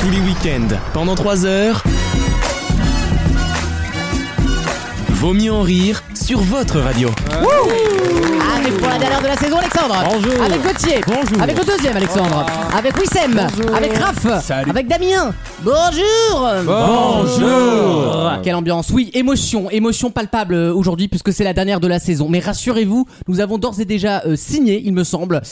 Tous les week-ends, pendant 3 heures. Vaut mieux en rire sur votre radio. Avec pour la dernière de la saison, Alexandre. Bonjour. Avec Gauthier. Bonjour. Oh. Avec le deuxième, Alexandre. Avec Wissem. Bonjour. Avec Raph. Salut. Avec Damien. Bonjour. Ah, Bonjour. Quelle ambiance. Oui, émotion. Émotion palpable euh, aujourd'hui puisque c'est la dernière de la saison. Mais rassurez-vous, nous avons d'ores et déjà euh, signé, il me semble.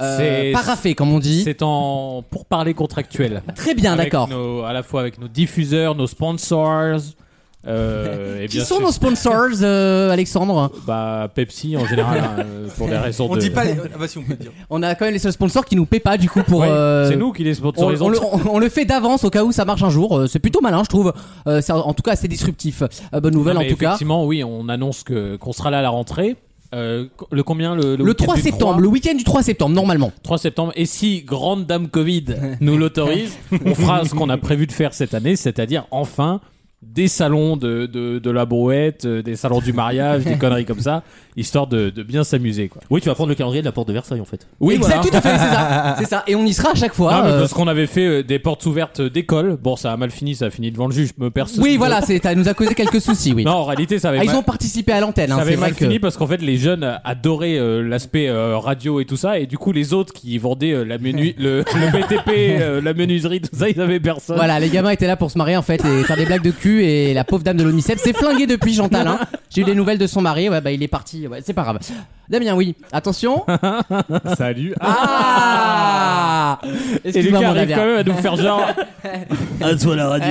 Euh, C'est- paraffé, comme on dit. C'est en pourparlers contractuel. Très bien, Avec Ah, d'accord. nos- À la fois avec nos diffuseurs, nos sponsors. euh, et Qui bien sont sûr, nos sponsors, euh, Alexandre bah, Pepsi en général hein, euh, pour des raisons On de. dit pas les... Ah bah si on peut le dire. On a quand même les seuls sponsors qui nous paient pas, du coup, pour. Ouais, euh, C'est nous qui les On, on sponsorisons. le, on- on le fait d'avance au cas où ça marche un jour. Euh, C'est plutôt malin, je trouve. Euh, c'est en tout cas assez disruptif. Euh, bonne nouvelle Non, en mais tout cas. Effectivement, oui, on annonce que qu'on sera là à la rentrée. Euh, le combien le, Le 3 septembre, le week-end du 3 septembre, normalement. 3 septembre. Et si Grande Dame Covid nous l'autorise, on fera ce qu'on a prévu de faire cette année, c'est-à-dire enfin des salons de, de, de la brouette, euh, des salons du mariage, des conneries comme ça, histoire de, de bien s'amuser. quoi. Oui, tu vas prendre le calendrier de la porte de Versailles en fait. Oui, exact, voilà. tout à fait, c'est ça. C'est ça. Et on y sera à chaque fois. Non, mais euh, parce qu'on avait fait euh, des portes ouvertes d'école. Bon, ça a mal fini, ça a fini devant le juge, me perso. oui, voilà, c'est- ça nous a causé quelques soucis, oui. Non, en réalité, ça avait Ah, ils mal- ont participé à l'antenne, hein, Ça c'est avait vrai mal que. fini parce qu'en fait les jeunes adoraient euh, l'aspect euh, radio et tout ça et du coup les autres qui vendaient euh, la menu, le, le BTP, euh, la menuiserie, tout ça, ils avaient personne. Voilà, les gamins étaient là pour se marier en fait et faire des blagues de cul et la pauvre dame de l'ONICEP s'est flinguée depuis Chantal. hein. J'ai eu des nouvelles de son mari, ouais bah il est parti, ouais c'est pas grave. Damien, oui, attention. Salut. Ah et Excuse-moi, Lucas mon arrive Damien. quand même à nous faire genre Ah, À toi la radio.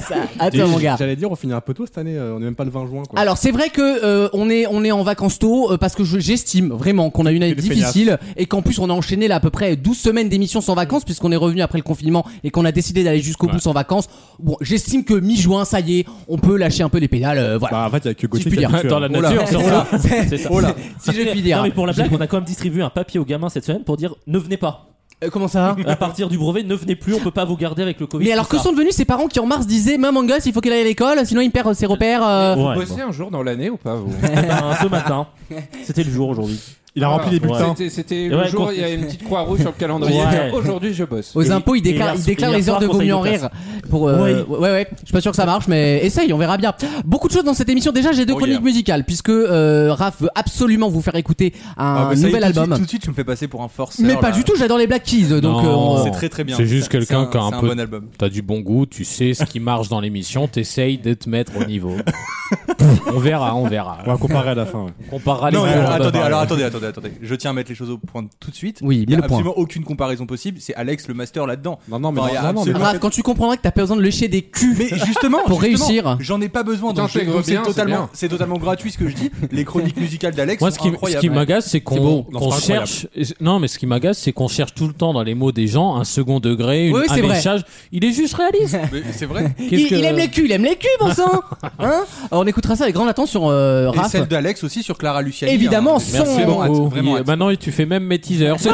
Ça, à toi, mon gars. J'allais dire, on finit un peu tôt cette année, euh, on est même pas le 20 juin. Quoi. Alors c'est vrai que euh, on est on est en vacances tôt euh, parce que je- j'estime vraiment qu'on a eu une année des difficile et qu'en plus on a enchaîné là à peu près 12 semaines d'émissions sans vacances puisqu'on est revenu après le confinement et qu'on a décidé d'aller jusqu'au bout sans vacances. Bon, j'estime que mi-juin ça y est, on peut lâcher un peu les pédales euh, voilà. Bah, en fait, il y a que Gauthier puis qui a dire, tout fait, dans hein. la nature. C'est surtout. ça. C'est ça. si je puis Non dire. mais pour la blague, on a quand même distribué un papier aux gamins cette semaine pour dire ne venez pas. Euh, comment ça À partir du brevet, ne venez plus, on peut pas vous garder avec le Covid. Mais alors tout que ça. sont devenus ses parents qui en mars disaient maman gosse, il faut qu'elle aille à l'école sinon il perd ses repères euh, Ouais, Bossez un jour dans l'année ou pas vous ben, ce matin, c'était le jour aujourd'hui. Il a Voilà. rempli les bulletins. C'était- C'était Ouais, le jour, con- il y a une petite croix rouge sur le calendrier. Ouais. Aujourd'hui, je bosse. aux Et- impôts, il et déclare, hier- il déclare hier les heures soir, de vaut conseil mieux de en classe. rire. Pour, euh, Ouais, ouais, je suis pas sûr que ça marche, mais essaye, on verra bien. Beaucoup de choses dans cette émission. Déjà, j'ai deux Oh chroniques yeah. musicales, puisque euh, Raph veut absolument vous faire écouter Ah, un bah, ça y est, nouvel tout de suite- album. tout de suite, tu me fais passer pour un forceur. Mais pas là. du tout, j'adore les Black Keys, donc Non, euh, on- c'est Très très bien. C'est juste Ça- quelqu'un qui a un C'est un peu- bon album. T'as du bon goût, tu sais ce qui marche dans l'émission, t'essayes de te mettre au niveau. on verra, on verra. On va comparer à la fin. ouais. On comparera les Bah, Non, goûts, mais on va attendez, parler. alors attendez, attendez, attendez. Je tiens à mettre les choses au point tout de suite. Oui, Il y mais a le point. absolument aucune comparaison possible. C'est Alex le master là-dedans. Non, non, mais Enfin, il y a non, non, mais- absolument- Raph, quand tu comprendras que t'as pas besoin de lécher des culs. Mais justement, Pour justement, réussir. j'en ai pas besoin. Donc T'intègres je- donc c'est bien, c'est totalement, bien. c'est totalement gratuit ce que je dis. Les chroniques musicales d'Alex bah. Moi, sont ce qui, ce incroyables. qui m'agace, c'est qu'on C'est beau. qu'on Non, c'est pas cherche. Non, mais ce qui m'agace, c'est qu'on cherche tout le temps dans les mots des gens un second degré, une, Oui, oui, un c'est vrai. léchage. Il est juste réaliste. Mais C'est vrai. Qu'est-ce Il, que- il aime les culs, il aime les culs, bon sang hein Alors, On écoutera ça avec grande attention, euh, Et Raph. celle d'Alex aussi sur Clara Luciani. Évidemment, hein. sans- Merci Vraiment, beaucoup. hâte, vraiment Il- hâte. maintenant, tu fais même mes teasers. Ce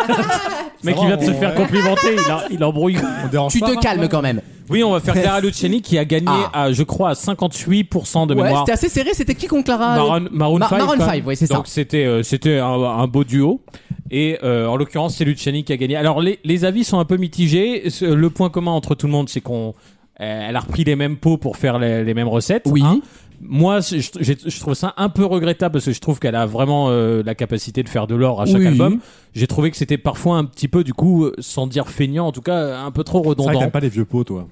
mec, il vient de se faire complimenter. Il, a- il embrouille. On dérange Tu pas, te hein. calmes quand même. Oui, on va faire Clara Luciani qui a gagné, Ah. à, je crois, à 58% de ouais, mémoire. c'était assez serré, c'était qui contre Clara Maroon, Maroon Ma- 5. Maroon quand même. 5, oui, c'est ça. Donc c'était euh, c'était un, un beau duo. Et euh, en l'occurrence, c'est Luciani qui a gagné. Alors les, les avis sont un peu mitigés. Ce- Le point commun entre tout le monde, c'est qu'on euh, elle a repris les mêmes pots pour faire les, les mêmes recettes. Oui. hein. Moi, je, je- je trouve ça un peu regrettable parce que je trouve qu'elle a vraiment euh, la capacité de faire de l'or à chaque Oui. album. J'ai trouvé que c'était parfois un petit peu, du coup, euh, sans dire feignant, en tout cas, un peu trop C'est vrai que redondant. t'aimes pas les vieux pots, toi.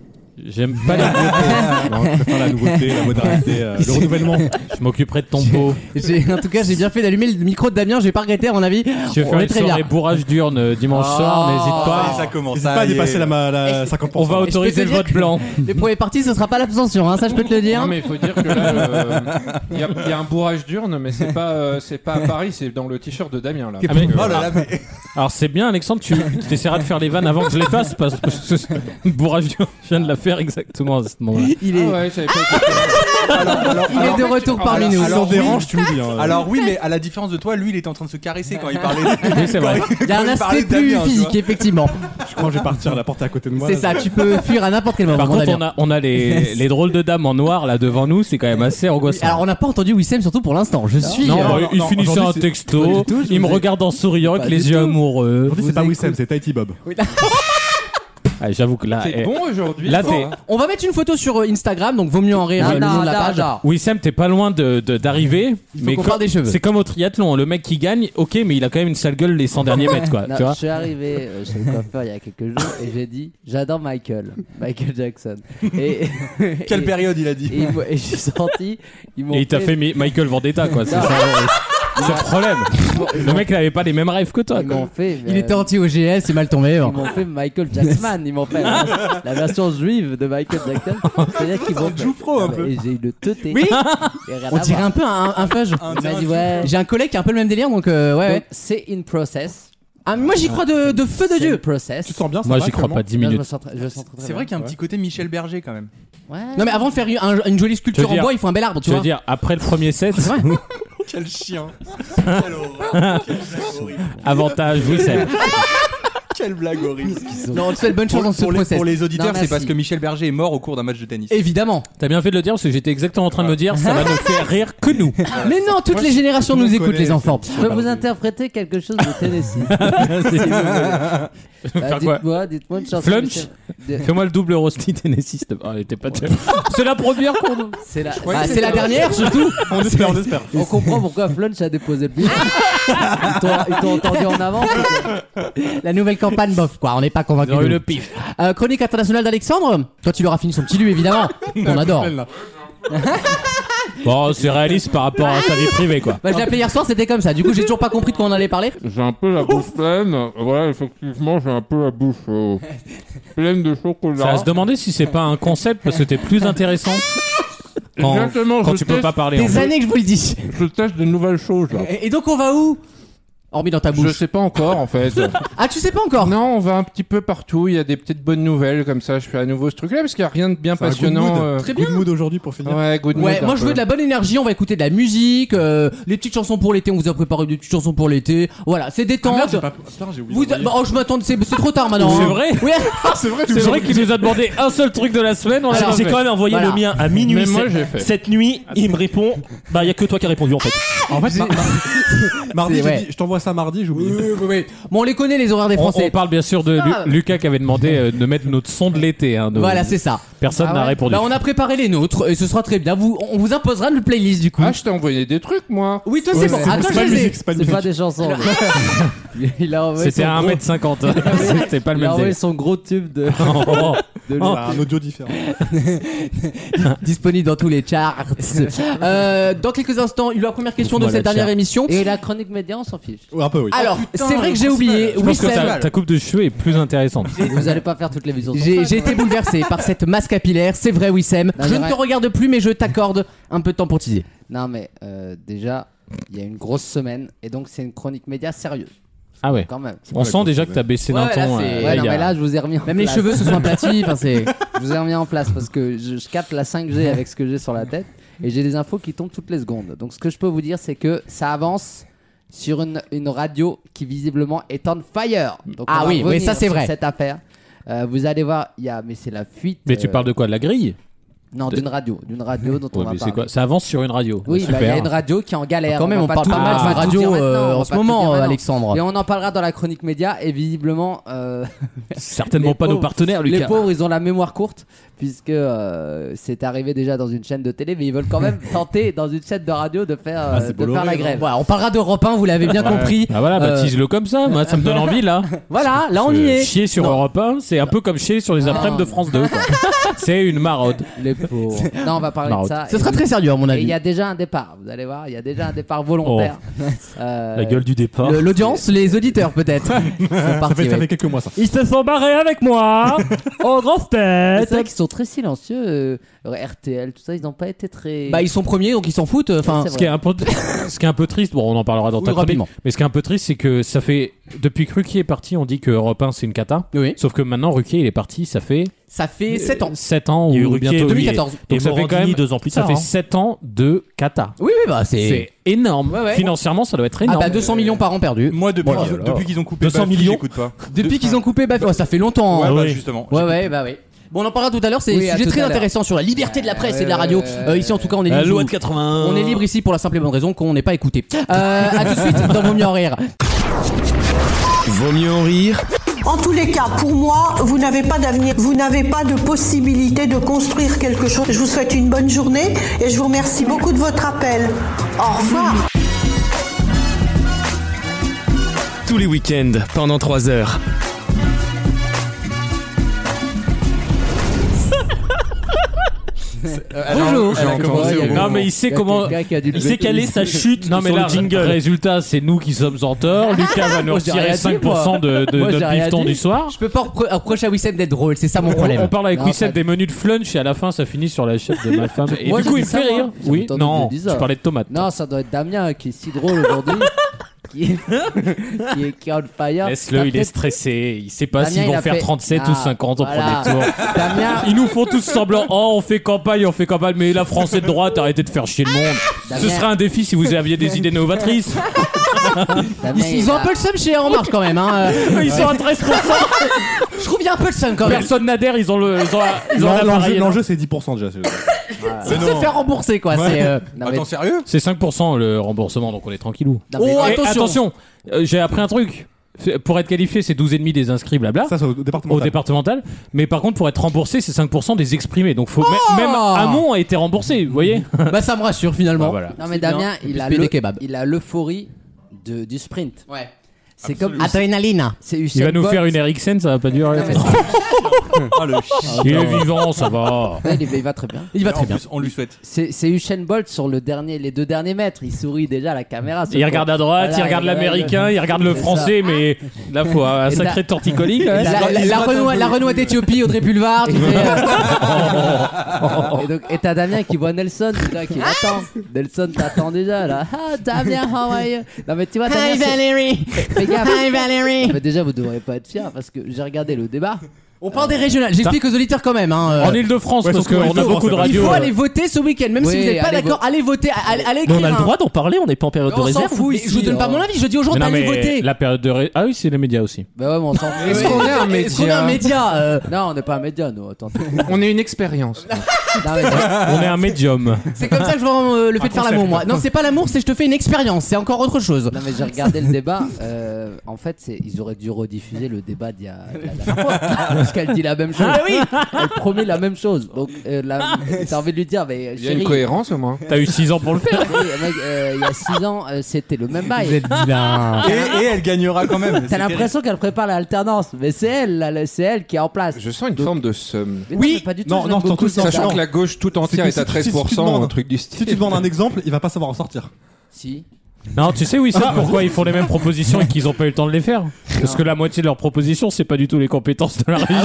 J'aime pas les non, tu préfères la nouveauté, la modernité, euh, le renouvellement. Je m'occuperai de ton Oh, pot. J'ai- En tout cas, j'ai bien fait d'allumer le micro de Damien, je vais pas regretter à mon avis. Je vais On faire est une très bien. soirée bourrage d'urne euh, dimanche Oh. soir, n'hésite pas. Allez, ça commence. N'hésite pas à ça y est. dépasser la, ma- la 50%. On va Et je peux te autoriser le dire vote que- blanc. Les premiers parties, ce sera pas l'abstention, hein, ça je peux te le dire. Non mais il faut dire que là, euh, il y, a- il y a un bourrage d'urne, mais c'est pas, euh, c'est pas à Paris, c'est dans le t-shirt de Damien là. euh, Ah, mais- Oh là là, mais Alors c'est bien Alexandre, tu tu essaieras de faire les vannes avant que je les fasse parce que ce- bourrage d'urne, je viens de la faire exactement à ce moment-là. Il Ah est, ouais, j'avais pas il est de retour parmi nous. Si on Alors, oui. dérange, tu me dis. hein. alors oui, mais à la différence de toi, lui, il était en train de se caresser quand il parlait. Oui, c'est vrai. Il y a un Quand il parlait aspect de plus Damien, tu physique, vois. effectivement. je crois que je vais partir, la porte est à côté de moi. C'est là, ça, je- tu peux fuir à n'importe quel moment. Par mon contre, Damien. on a, on a les, les drôles de dames en noir là devant nous, c'est quand même assez angoissant. Alors, on n'a pas entendu Wissem, surtout pour l'instant. Je suis. non, euh, bah, il non, finissait aujourd'hui, un c'est- texto, Pas du tout, je il me vous ai- regarde en souriant Pas avec les du yeux tout. amoureux. Aujourd'hui, c'est Vous pas écoute- Wissem, c'est Tahiti Bob. Ah, J'avoue que là. T'es eh, bon aujourd'hui. là, toi, t'es- hein. On va mettre une photo sur euh, Instagram, donc vaut mieux en rire hein, Ah, le non, nom de la non, page. non. Wissem, t'es pas loin de- de- d'arriver. faut mais qu'on co- parle des cheveux. C'est comme au triathlon. hein, Le mec qui gagne, ok, mais il a quand même une sale gueule les 100 derniers mètres, quoi. Non, tu vois je suis arrivé euh, chez le coiffeur il y a quelques jours et j'ai dit j'adore Michael, Michael Jackson. Et, Quelle et- période il a dit Et, ils m'ont- et j'ai senti, ils m'ont Et il t'a fait Mi- Michael Vendetta, quoi. C'est ça, euh, c'est le problème. Le mec, il avait pas les mêmes rêves que toi, ils m'ont quoi. fait. Il euh, était anti-OGS, c'est mal tombé. hein. Ils m'ont fait Michael Jackson, ils m'ont fait la, la version juive de Michael Jackson. C'est-à-dire qu'ils m'ont fait. Joufro, un Non, mais- peu. Et j'ai eu le teuté. Oui. Et rien à On dirait voir. un peu un, un fudge. Il m'a dit ouais. J'ai un collègue qui a un peu le même délire, donc euh, ouais. Donc, ouais. C'est in process. Ah, mais moi j'y crois de, de feu de C'est in Dieu. process. Tu te sens bien, ça Moi, va, j'y crois comment pas 10 Là, je minutes. me sens très- je me sens très, très C'est vrai bien. qu'il y a un petit côté Michel Berger quand même. Ouais. Non mais avant de faire un- une jolie Tu sculpture veux en dire- bois, il faut un bel arbre, tu, Tu veux vois. dire, après le premier set, Quel chien avantage, Wissem. Quelle blague horrible Non, on te souhaite bonne chance pour, dans ce pour les, process. pour les Non, auditeurs, merci. c'est parce que Michel Berger est mort au cours d'un match de tennis. Évidemment. T'as bien fait de le dire parce que j'étais exactement en train de me dire, ça va ne faire rire que nous. Mais non, toutes les générations nous je écoutent, connais, les enfants. Je peux vous interpréter quelque chose de Tennessee. Bah, Faire quoi dites-moi, dites-moi une chanson. Flunch Michel. De- Fais-moi le double rosti Tennessee. s'il te plaît. Oh, elle était pas terrible. C'est la première qu'on. C'est la, Ah, bah, c'est la dernière surtout. On espère, on espère. On comprend pourquoi Flunch a déposé le bilan. Ils t'ont- Ils t'ont entendu en avant. La nouvelle campagne bof quoi, on n'est pas convaincu. Ils ont eu le pif. Euh, chronique internationale d'Alexandre. Toi tu l'auras fini son petit lu évidemment. On adore. Bon, c'est réaliste par rapport à sa vie privée, quoi. Bah, je l'ai appelé hier soir, c'était comme ça. Du coup, j'ai toujours pas compris de quoi on allait parler. J'ai un peu la bouche pleine. Voilà, effectivement, j'ai un peu la bouche euh, pleine de Ça va chocolat. se demander si c'est pas un concept parce que t'es plus intéressant quand, Exactement, quand je tu peux teste- pas parler. en Des fait. années que je vous le dis. Je teste de nouvelles choses là. Et, et donc on va où Hormis dans ta Je bouche. sais pas encore en fait. Ah, tu sais pas encore. non, on va un petit peu partout. Il y a des petites bonnes nouvelles comme ça. Je fais à nouveau ce truc-là parce qu'il n'y a rien de bien passionnant. euh, Très bien. Good mood aujourd'hui pour finir. Ouais, good Ouais, mood, moi un je veux peu. de la bonne énergie, on va écouter de la musique, euh, les petites chansons pour l'été, on vous a préparé des petites chansons pour l'été. Voilà, c'est Ah, détente. Vous- bah, oh, je m'attends, c'est c'est trop tard maintenant. C'est hein. vrai Oui, C'est vrai, C'est vrai qu'il nous a demandé un seul truc de la semaine. On l'a Alors, fait. j'ai quand même envoyé Voilà. le mien à minuit. Mais moi, cette- j'ai fait. Cette nuit, il me répond. Bah, il y a que toi qui as répondu en fait. En fait, Bah, mar- mar- mardi, C'est j'ai vrai. dit, je t'envoie ça mardi, j'oublie. Bon, on les connaît les horaires des On, Français. Ah. on parle bien sûr de Lu- Lucas qui avait demandé euh, de mettre notre son de l'été. hein, de- Voilà, c'est ça. Personne n'a répondu. Bah, on a préparé les nôtres et ce sera très bien. Vous, on vous imposera une playlist du coup. Ah, je t'ai envoyé des trucs moi. oui, toi c'est bon. c'est Attends, c'est je pas de les ai. musique, c'est pas de C'est musique. pas des chansons. mais- Il a envoyé C'était son à gros- 1m50. Ah hein. C'était pas le Il a même envoyé délire. son gros tube de. Oh, de Voilà, un audio différent. Disponible dans tous les charts. Euh, dans quelques instants, il y aura la première question de Voilà, cette dernière tiens. émission. Et la chronique média, on s'en fiche. Ouais, Un peu, oui. Alors, putain, c'est vrai que le j'ai oublié. principal. Je pense que Wissem, ta, ta coupe de cheveux est plus intéressante. Vous allez pas faire toutes les visions. J'ai j'ai été bouleversé par cette masse capillaire, c'est vrai Wissem. Non, je c'est ne vrai. te regarde plus mais je t'accorde un peu de temps pour teaser. Non, mais euh, déjà, il y a une grosse semaine et donc c'est une chronique média sérieuse. Ah ouais. Quand même. On sent déjà que t'as baissé d'un Ouais, là, ton. c'est- euh, Et Ouais, là, non, il y a- mais là, je vous ai remis en Même les place. cheveux se sont aplatis, enfin c'est Je vous ai remis en place parce que je, je capte la 5G avec ce que j'ai sur la tête et j'ai des infos qui tombent toutes les secondes. Donc ce que je peux vous dire, c'est que ça avance sur une, une radio qui visiblement est on fire. Donc, on Ah va oui, oui, revenir ça, c'est sur vrai. Cette affaire. Euh, vous allez voir, il y a, mais c'est la fuite. Mais tu euh, parles de quoi De la grille Non, d'une radio, d'une radio dont Ouais, on va mais c'est parler. quoi Ça avance sur une radio. Oui, bah, il Super. y a une radio qui est en galère. quand même on va parle tout pas dire- mal on de va tout dire radio maintenant, euh, on en va ce pas tout dire moment euh, maintenant. Alexandre. Et on en parlera dans la chronique média et visiblement. euh, Certainement Les pas nos pauvres- partenaires, Lucas. Les pauvres, ils ont la mémoire courte, puisque euh, c'est arrivé déjà dans une chaîne de télé, mais ils veulent quand même tenter dans une chaîne de radio de faire, euh, de faire la grève. Voilà, on parlera d'Europe 1, vous l'avez bien compris. Ah voilà, Euh, baptise-le comme ça, moi ça me donne envie là. Euh, Voilà, là on y est. Chier sur Europe 1, c'est un peu comme chier sur les après-midi de France 2. quoi. c'est une maraude. Les pauvres. non, on va parler Marrant. de ça. Ce Ah, Et sera vous- très sérieux à mon Et il avis. y a déjà un départ, vous allez voir, il y a déjà un départ volontaire. Euh, La gueule du départ. Le- L'audience, les auditeurs peut-être. Ils sont Ça fait, partis, ça ouais. fait quelques mois, ça. Ils se sont barrés avec moi en grosse C'est tête. vrai qu'ils sont très silencieux, euh, RTL, tout ça, ils n'ont pas été très. Bah ils sont premiers donc ils s'en foutent. Enfin, Ouais, Ce qui, est un peu, ce qui est un peu triste, bon on en parlera dans Oui, ta chronique, rapidement. mais ce qui est un peu triste c'est que ça fait, depuis que Ruquier est parti, on dit que Europe 1 c'est une cata, oui. sauf que maintenant Ruquier il est parti, ça fait Ça fait 7 ans. 7 ans Il y a eu ou Ruquier, bientôt oui, 2014. Et Donc ça fait quand Morandini même, deux ans plus ça tard. fait hein. 7 ans de cata. Oui oui bah c'est C'est énorme. Ouais, ouais. Financièrement ça doit être ah énorme. bah 200 millions par an perdus. Moi, depuis, Voilà. qu'ils- depuis qu'ils ont coupé 200 Bafi, millions. j'écoute pas. Depuis qu'ils ont coupé bah, ça fait longtemps. Ouais, hein. bah, oui. justement. Ouais ouais bah oui. Bon on en parlera tout à l'heure, c'est Oui, à un sujet tout très à l'heure. intéressant sur la liberté de la presse et de la Ouais, radio. ouais, Euh, ici en tout cas on est La libre. loi de 81. On est libre ici pour la simple et bonne raison qu'on n'est pas écouté. Euh, à tout de suite dans Vaut mieux en rire. Vaut mieux en rire En tous les cas, pour moi, vous n'avez pas d'avenir, vous n'avez pas de possibilité de construire quelque chose. Je vous souhaite une bonne journée et je vous remercie beaucoup de votre appel. Au revoir. Tous les week-ends, pendant 3 heures. Bonjour. elle a commencé au Non, mais il sait comment. Il Il sait quelle est sa chute non, mais sur là, le jingle. Résultat, c'est nous qui sommes en tort. Lucas va nous Moi, j'ai retirer rien dit, 5% de, de Moi, j'ai notre rien bifton dit. du soir. Je peux pas repro- reprocher à Wissem d'être drôle, c'est ça mon On, problème. on parle avec Non, Wissem pas- des menus de flunch et à la fin ça finit sur la chef de ma femme. Et Moi, du je coup dis il me ça, fait moi. rire. J'ai Oui, entendu non, que je dis ça. je parlais de tomates. Non, ça doit être Damien qui est si drôle aujourd'hui. qui, qui est, qui est on fire. T'as Laisse-le, il est peut-être- stressé. Il sait pas Damien, s'ils il vont a faire fait- 37 ou Ah, 50 au voilà. premier tour. Damien, Ils nous font tous semblant. Oh, on fait campagne, on fait campagne. Mais la France est de droite, arrêtez de faire chier le monde. Ce Damien- serait un défi si vous aviez des idées novatrices. Damien, Ils, il ils ont a- un peu le seum chez En Marche quand même. Hein. euh, Ils sont à 13%. Je trouve qu'il y a un peu le seum quand même. Personne n'adhère, ils ont le. Ils ont, la- ils ont L'en- l'appareil L'enjeu, énorme. l'enjeu, c'est 10% déjà. c'est- C'est de se faire rembourser quoi. c'est, euh, Non, mais- Attends, sérieux C'est 5% le remboursement, donc on est tranquillou. Oh, non, mais- Et attention. euh, J'ai appris un truc. F- Pour être qualifié, c'est 12,5 des inscrits, blabla. Ça, c'est au au département. départemental, mais par contre pour être remboursé c'est 5% des exprimés donc faut mè- même Hamon a été remboursé vous voyez Bah ça me rassure finalement. Ah, voilà. non, mais Damien, Et il puis a payer le- hein. des kebabs. il a l'euphorie de- du sprint. Ouais. C'est comme Adrénaline. c'est il Usain va nous Bolt. faire une Eriksen ça va pas durer Non, mais Ah, le chien. il est vivant ça va Ouais, il, va- il va très bien. Il va En très bien. plus, on lui souhaite. C'est c'est Usain Bolt sur le dernier, les deux derniers mètres. Il sourit déjà à la caméra. ce il con. regarde à droite Voilà, il regarde il va- l'américain il regarde le C'est français mais là faut un Et sacré là- torticolis quand Et même. là- La, la, la, Renoir- la Renoir d'Ethiopie, Audrey Pulvar, tu sais, euh, Et donc, et t'as Damien qui voit Nelson déjà qui l'attend. Nelson t'attend déjà là. Ah Damien, how are you? Non mais tu vois, Damien, Hi c'est- Valérie fais gaffe. Hi Valérie Mais déjà, vous devriez pas être fiers parce que j'ai regardé le débat. On parle des régionales, j'explique aux auditeurs quand même. Hein, euh, en Ile-de-France Ouais, parce sauf qu'on qu'on a est beaucoup de fort, il radios faut euh, aller voter ce week-end, même si Oui, vous n'êtes pas allez d'accord, allez voter, allez, allez Mais écrire. on a le un- droit d'en parler, on n'est pas en période de On s'en réserve. fout, ici, je vous donne pas oh. mon avis, je dis aux gens mais non, d'aller mais voter. la période de ré- ah oui c'est les médias aussi Bah ouais, mais on s'en fout. Est-ce qu'on est un Est-ce qu'on est un média média euh, Non, on n'est pas un média, nous. Attends. Non, On est une expérience. mais c'est- on est un médium C'est comme ça que je vends euh, le fait de faire l'amour, moi. Non, c'est pas l'amour, c'est je te fais une expérience, c'est encore autre chose. non, mais j'ai regardé le débat. euh, en fait, c'est- ils auraient dû rediffuser le débat d'il y a de la dernière fois. Parce qu'elle dit la même chose. Ah oui Elle promet la même chose. Donc, euh, la- t'as envie de lui dire, mais Il y a une chérie, cohérence au moins. t'as eu 6 ans pour le faire Oui, mec, euh, il y a 6 ans, euh, c'était le même bail. Et, et elle gagnera quand même. T'as l'impression qu'elle prépare l'alternance, mais c'est elle, là, le- c'est elle qui est en place. Je sens une forme de somme. Mais Oui. mais pas du tout. Non, je non, l'aime surtout, beaucoup, sachant cette dame. Sachant Non. que la gauche tout entière C'est que est si- à si- si tu 13%, un demandes- truc du Si tu style. demandes un exemple, il va pas savoir en sortir. Si. Non, tu sais, oui, ça, pourquoi ils font les mêmes propositions et qu'ils ont pas eu le temps de les faire Parce que la moitié de leurs propositions, c'est pas du tout les compétences de la région.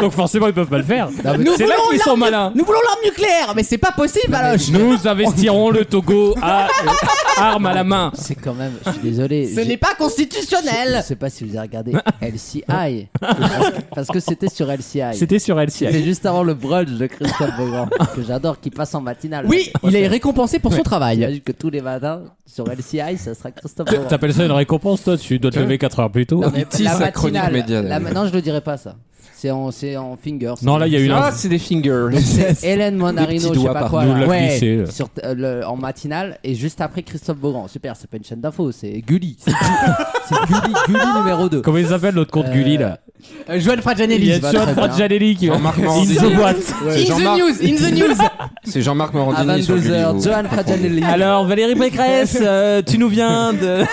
donc forcément, ils peuvent pas le faire. mais- C'est là voulons qu'ils sont malins. Nous voulons l'arme nucléaire, mais c'est pas possible, Valoche Nous investirons le Togo à armes à la main. C'est quand même. Je suis désolé. Ce j'ai- n'est pas Je constitutionnel sais pas si vous avez regardé LCI. parce que- parce que c'était sur LCI. C'était sur LCI. C'était juste avant le brunch de Christophe Beaugrand, que j'adore, qui passe en matinale. Oui, il est récompensé pour son travail. J'imagine que tous les matins, sur LCI, ça sera Christophe Beaugrand. T'appelles ça une récompense, toi Tu dois te lever 4 heures plus tôt. Non, mais Il tisse la chronique média, la- d'ailleurs. non, je le dirai pas ça. C'est en, c'est en finger. Non, là, il y a eu Ah, un. c'est des fingers. C'est Hélène Mandarino, petits je sais doigts pas par quoi. Nous là. l'a Ouais. glissé. là. sur, euh, le- en matinale et juste après Christophe Beaugrand. Super, c'est pas une chaîne d'infos, c'est Gulli. C'est Gu- c'est Gulli, Gulli numéro 2. Comment ils s'appelle l'autre compte Euh, Gulli là Euh, Joël Il Fradjanelli. y a va Stuart très bien. Frangeli qui va. Jean-Marc In the Morandini. boîte. In Ouais, the Jean-Marc- news, in the news C'est Jean-Marc À Morandini sur Gulli, 22h, vous- Johan Fratanelli. Alors, Valérie Pécresse, euh, tu nous viens de.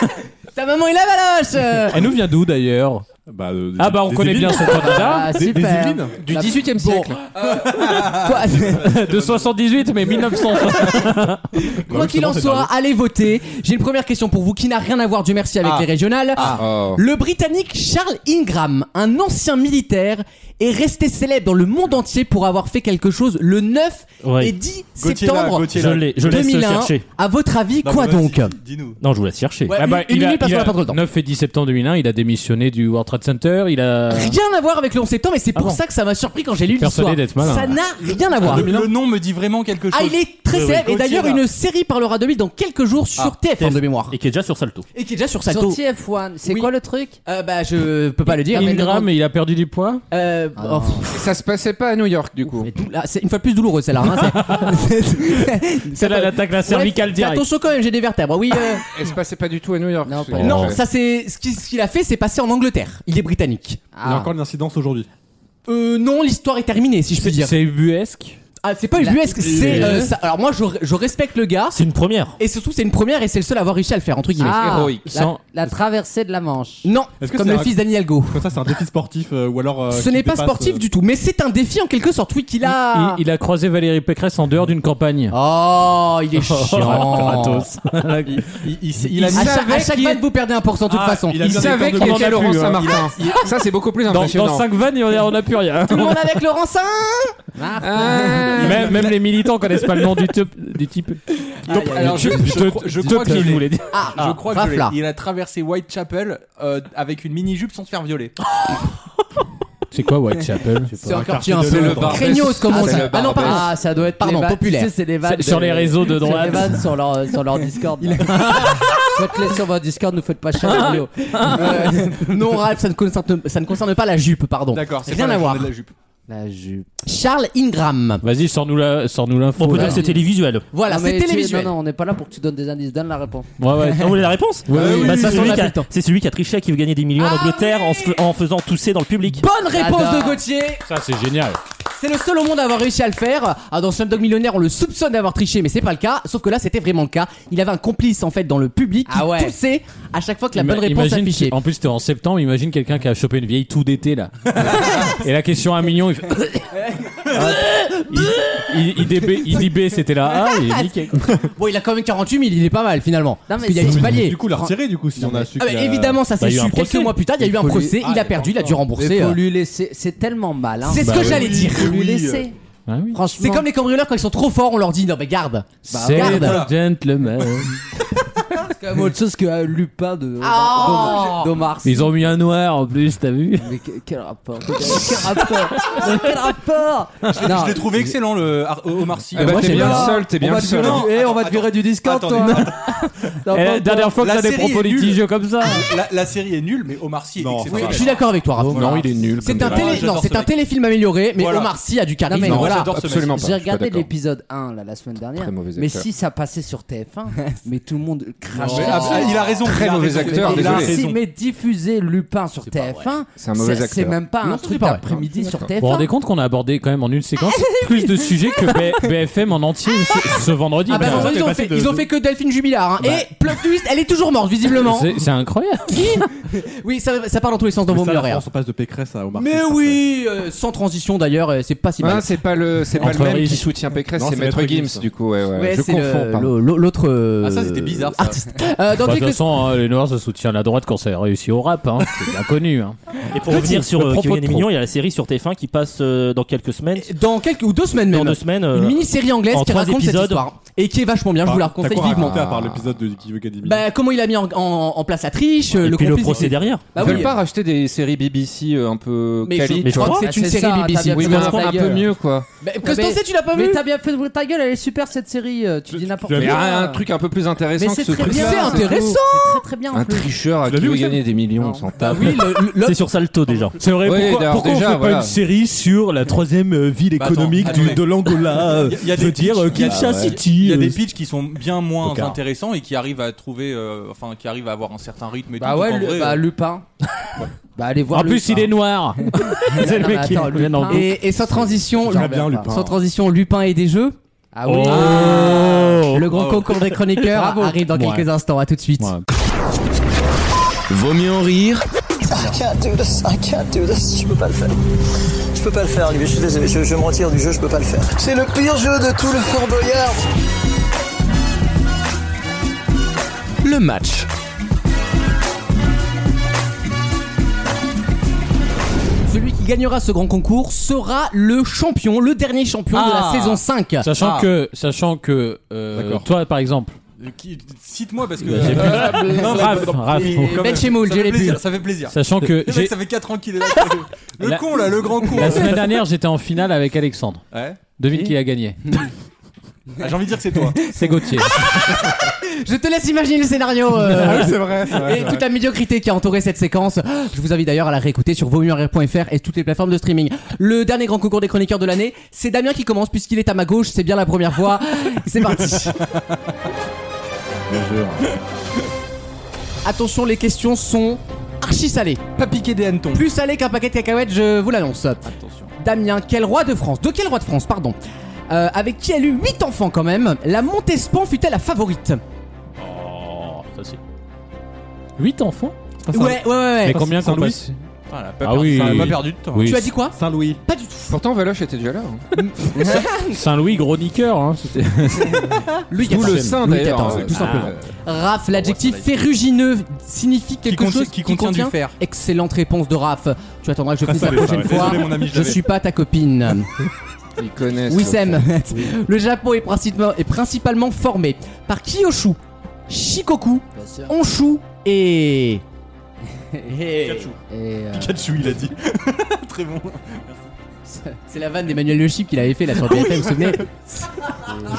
Ta maman est la Valoche euh. Elle nous vient d'où d'ailleurs Bah, euh, Ah, bah, on des connaît Yvelines. bien son candidat. Ah, Des- des super. Yvelines Du 18 e siècle. Quoi De 78, mais 1900. Quoi qu'il en soit, allez voter. J'ai une première question pour vous qui n'a rien à voir du merci avec les régionales. Ah. Oh. Le Britannique Charles Ingram, un ancien militaire, est resté célèbre dans le monde entier pour avoir fait quelque chose le 9 Ouais. et 10 Gauthier là, septembre Gauthier Je là. l'ai, je laisse 2001. chercher. À votre avis, Non, quoi mais donc vas-y, Dis-nous. Non, je vous laisse chercher. Ouais, Ah bah, une- une il a- minute parce il qu'on a a pas trop de temps. 9 et 10 septembre 2001, il a démissionné du World Trade Center. Il a. Rien à voir avec le 11 septembre et c'est pour bon ça que ça m'a surpris quand j'ai lu Persuadé l'histoire. d'être malin. Ça n'a rien à voir. Le, le nom me dit vraiment quelque chose. Ah, il est très Oui, oui. célèbre. Et Gauthier d'ailleurs, va. une série parlera de lui dans quelques jours sur TF1 de mémoire. Et qui est déjà sur Salto. Et qui est déjà sur Salto. Sur TF1, c'est Oui. quoi le truc Euh, bah, je peux pas le dire. Ingram, Ah, et il a perdu du poids Euh, Ah, oh, Ça se passait pas à New York du coup. mais dou- là, c'est une fois de plus douloureux celle-là. hein, c'est- c'est- Celle-là, elle attaque la cervicale Bref, fais direct. Attention quand même, j'ai des vertèbres. Oui. euh, Et se passait pas du tout à New York. Non, c'est- pas- non, Oh. Ouais. ça c'est ce qui- ce qu'il a fait, c'est passer en Angleterre. Il est britannique. Il y a Ah. encore une incidence aujourd'hui. Euh, non, l'histoire est terminée, si je peux dire. C'est ubuesque. Ah, c'est pas ubuesque, c'est. euh, ça- alors moi, je, je respecte le gars. C'est une première. Et surtout, c'est une première et c'est le seul à avoir réussi à le faire entre guillemets. Ah, Héroïque. la- Sans- La, traversée de la Manche. Non, Est-ce que comme c'est le un- fils d'Annie Hidalgo. Comme ça, c'est un défi sportif euh, ou alors. euh, Ce qui n'est pas dépasse, sportif euh, du tout, mais c'est un défi en quelque sorte, oui, qu'il a. Il, il a Ah, croisé Valérie Pécresse en dehors d'une campagne. Oh, il est chiant. Il, il- il- il Il a à, mis- savait chaque- à chaque qu'il- vanne, vous perdez 1% de toute Ah, façon. il a Il mis un savait record qu'il de était temps Laurent non plus, hein. Saint-Martin. Ça c'est beaucoup plus Dans, impressionnant. 5 vannes, il y en a- on n'a plus rien. Tout le monde avec hein Laurencin Ah. Même, même les militants connaissent pas le nom du, tup- du type. Donc, alors, je- Du je tup- crois- je du crois tup- que je il l'ai. voulait dire. Ah, Je crois Raph, là. qu'il a traversé Whitechapel euh, avec une mini-jupe sans se faire violer. C'est quoi Whitechapel C'est un quartier un de peu. Lebarbès. Craignos, comme on Ah, dit. c'est le Ah non, pardon. Ah, ça doit être Pardon, les vannes- populaire. Tu sais, c'est les vannes C'est- sur de- les réseaux de c'est les droite. vannes sur leur, euh, sur leur Discord. là. Faites-les sur votre Discord, nous faites pas chier les vidéos. Euh, non, Raph, ça ne, concerne, ça ne concerne pas la jupe, pardon. D'accord, c'est Rien pas la à voir. journée de la jupe. La jupe. Charles Ingram. Vas-y, sors-nous la- sors-nous l'info. On peut là. dire que c'est télévisuel. Voilà, Non, mais c'est tu- télévisuel. Non, non, on n'est pas là pour que tu donnes des indices, donne la réponse. Ouais, ouais. Ah, vous voulez la réponse oui, Bah, oui, c'est oui, celui on a qui a- plus le temps. C'est celui qui a triché, qui veut gagner des millions en Ah Angleterre en, oui se f- en faisant tousser dans le public. Bonne réponse J'adore. de Gauthier. Ça, c'est génial. C'est le seul au monde à avoir réussi à le faire. Ah, dans Slumdog Millionnaire, on le soupçonne d'avoir triché, mais c'est pas le cas. Sauf que là, c'était vraiment le cas. Il avait un complice en fait dans le public qui Ah ouais. toussait à chaque fois que la Ima- bonne réponse imagine affichée. que- En plus, c'était en septembre. Imagine quelqu'un qui a chopé une vieille tout d'été là. Et la question à un million, il fait. il, il- IDB, IDB, c'était là. Ah, il est niqué. Bon, il a quand même 48 000, il est pas mal finalement. Non, parce mais qu'il y a c'est- du palier. Du coup, l'a retiré du coup si on a su. Ah, bah, qu'il a- évidemment, ça s'est il y a eu un su quelques procès. mois plus tard. Il y a eu un faut lui- procès, Ah, il a il est perdu, il a dû rembourser. Il faut euh. lui laisser. C'est tellement mal. Hein. C'est ce Bah que oui. j'allais dire. faut lui oui, laisser. Ah oui. Franchement. C'est comme les cambrioleurs quand ils sont trop forts, on leur dit non, mais garde. C'est regarde. un gentleman. quand même autre chose que euh, Lupin de Ah. d'Omar- d'Omar. Sy. Ils ont mis un noir en plus, t'as vu Mais que- quel rapport Quel rapport Mais Quel rapport Non, Je l'ai trouvé excellent le Ar- Omar Sy. Eh ben, moi, t'es j'aime bien bien. le seul, t'es bien va le te seul. hein. virer. Eh, on va te Attends, virer du Discord, attendez, toi Non, Eh, pas la dernière fois que La t'as des série propos est nulle. litigieux comme ça. Ah, La, la série est nulle, mais Omar Sy est Non, Oui, exceptionnel. je suis d'accord avec toi, Raph. Non, il est nul. C'est un, Ah, télé... j'adore non, ce c'est un mec. téléfilm amélioré, mais Voilà. Omar Sy a du charisme. Non, mais Non, voilà. j'adore ce mec. Absolument pas. J'ai je suis pas regardé d'accord. l'épisode 1 là, la semaine dernière. Très mauvais Mais acteur. si ça passait sur TF1, mais tout le monde crachait. Mais dessus. ah, Il a raison. Très il a mauvais raison. acteur, Il a désolé. raison. si, mais diffuser Lupin sur TF1, C'est un mauvais c'est- c'est acteur. même pas Non, un c'est truc pas vrai. d'après-midi sur Vous vous rendez TF1. compte qu'on a abordé quand même en une séquence plus de sujets que B- BFM en entier ce, ce vendredi Ah bah, putain. non, ils, ont fait, ils ont fait que Delphine Jubilard. hein. Et plot twist, elle est toujours morte, visiblement. C'est- C'est incroyable. Oui, ça, ça part dans tous les sens dans Mais vos ça, murs la France, on passe de Pécresse à Omar Sy. Mais c'est oui, euh, sans transition d'ailleurs, euh, c'est pas si Ah, mal. c'est pas le, c'est pas le Entre même riches. qui soutient Pécresse, Non, c'est c'est Maître Maître Gims, Gims. du coup. Ouais, ouais. Ouais, je c'est le- confonds. pardon. l'au- l'au- L'autre euh, Ah, ça, c'était bizarre, ça. Artiste. Euh, dans Bah, de Déclus- toute façon, hein, les Noirs se soutiennent la droite quand ça a réussi au rap. hein. C'est bien connu. hein. Et pour revenir sur Le euh, propos qui veut gagner de des millions, il y a la série sur TF1 qui passe euh, dans quelques semaines. dans quelques ou deux semaines Dans même. deux semaines. euh, Une mini-série anglaise en qui trois raconte cette épisodes. histoire et qui est vachement bien. Je Par- vous la Bah, T'as conseille quoi vivement. raconté à part l'épisode de Guy Academy Bah, comment il a mis en, en- en place la triche, euh, Et le puis le complice- procès derrière. Bah Ils oui. veulent pas racheter des séries BBC euh, un peu Mais je, quali, mais je tu vois. crois que Ah, c'est une c'est série ça, t'as BBC. bien Oui, Oui, fait mais voilà. un peu- un peu mieux, quoi. Bah, Qu'est-ce que Mais- c'est, tu l'as pas Mais vu t'as bien fait de ta gueule, elle est super cette série. euh, Tu dis n'importe l'as Mais vu un, quoi. un truc un peu plus intéressant Mais que c'est ce très truc-là. bien. C'est c'est intéressant. tout. C'est très très bien. en Un plus. tricheur à Tu l'as qui vu, veut Wissem gagner des millions, Non. on s'en tape. Bah oui, le- le- C'est sur Salto déjà. C'est vrai, Oui, pourquoi, d'ailleurs, pourquoi on déjà, fait voilà. pas une série sur la troisième euh, ville Bah, attends, économique du- attendez. De l'Angola, Il y a je veux des dire, euh, pitchs, il y a- Kinshasa Ah ouais. City. Il y a des euh, pitchs qui sont bien moins Tocard. intéressants et qui arrivent à trouver, euh, enfin, qui arrivent à avoir un certain rythme. Et Bah tout, ouais, donc en le- vrai, bah, euh, Lupin. Bah allez voir. En plus, il Lupin. est noir. c'est le Non, mais mec qui attends, vient en Lupin. boucle. et, et sans transition, j'aime j'en bien reviens Lupin. pas. sans transition, Lupin et des jeux. Ah, Ah oui. Oh. Le grand Oh. concours des chroniqueurs arrive dans quelques instants. À tout de suite. Ouais. Vaut mieux en rire I can't do this, I can't do this, je peux pas le faire. Je peux pas le faire, lui, je suis désolé, je, je me retire du jeu, je peux pas le faire. C'est le pire jeu de tout le Fort Boyard. le match. Celui qui gagnera ce grand concours sera le champion, le dernier champion Ah. de la saison Ah. 5. Sachant que, sachant que euh, Ah. D'accord. toi, par exemple, euh, qui- Cite-moi parce que. euh, j'ai plus- Non, Raph, mais- Raph, Et- bon, quand même, Benchimoul, ça j'ai fait les plaisir, bulles. Ça fait plaisir. sachant que Le j'ai- mec, ça fait 4 ans qu'il est là. Le La- con là, le grand con. la semaine dernière, j'étais en finale avec Alexandre. Ouais. Devine qui a gagné. Ah, J'ai envie de dire que c'est toi. C'est Gauthier. Je te laisse imaginer le scénario. euh, Ah oui, c'est vrai, c'est vrai, et c'est toute vrai. la médiocrité qui a entouré cette séquence. Je vous invite d'ailleurs à la réécouter sur vosmurrires.fr et toutes les plateformes de streaming. Le dernier grand concours des chroniqueurs de l'année, c'est Damien qui commence puisqu'il est à ma gauche. C'est bien la première fois. C'est parti. Attention, les questions sont archi salées. Pas piqué des hannetons. Plus salées qu'un paquet de cacahuètes, je vous l'annonce. Attention. Damien, quel roi de France De quel roi de France, pardon euh, Avec qui elle eut 8 enfants quand même, la Montespan fut-elle la favorite Oh, ça c'est. 8 enfants Ouais, ouais, ouais, Eh, ouais. Mais combien qu'on passe Ah oui. hein. Oui. Tu as dit quoi Saint-Louis. Pas du tout. Pourtant, Valoche était déjà là. hein. Saint-Louis, gros niqueur. Hein, c'était- Louis D'où le XIV. saint Louis d'ailleurs. XIV, tout Ah, simplement. euh, Raph, l'adjectif ferrugineux signifie quelque contient- chose qui contient du fer. Excellente réponse de Raph. Tu attendras que je Très fasse la salé, prochaine ça, ouais. fois. Désolé, mon ami, je je l'avais. suis pas ta copine. Ils connaissent. Wissem, le Japon est principalement, est principalement formé par Kyoshu, Shikoku, Onshu et. Pikachu. et, euh, Pikachu, il a dit. Très bon. C'est la vanne d'Emmanuel Le Chip qu'il avait fait là sur BFM, vous vous souvenez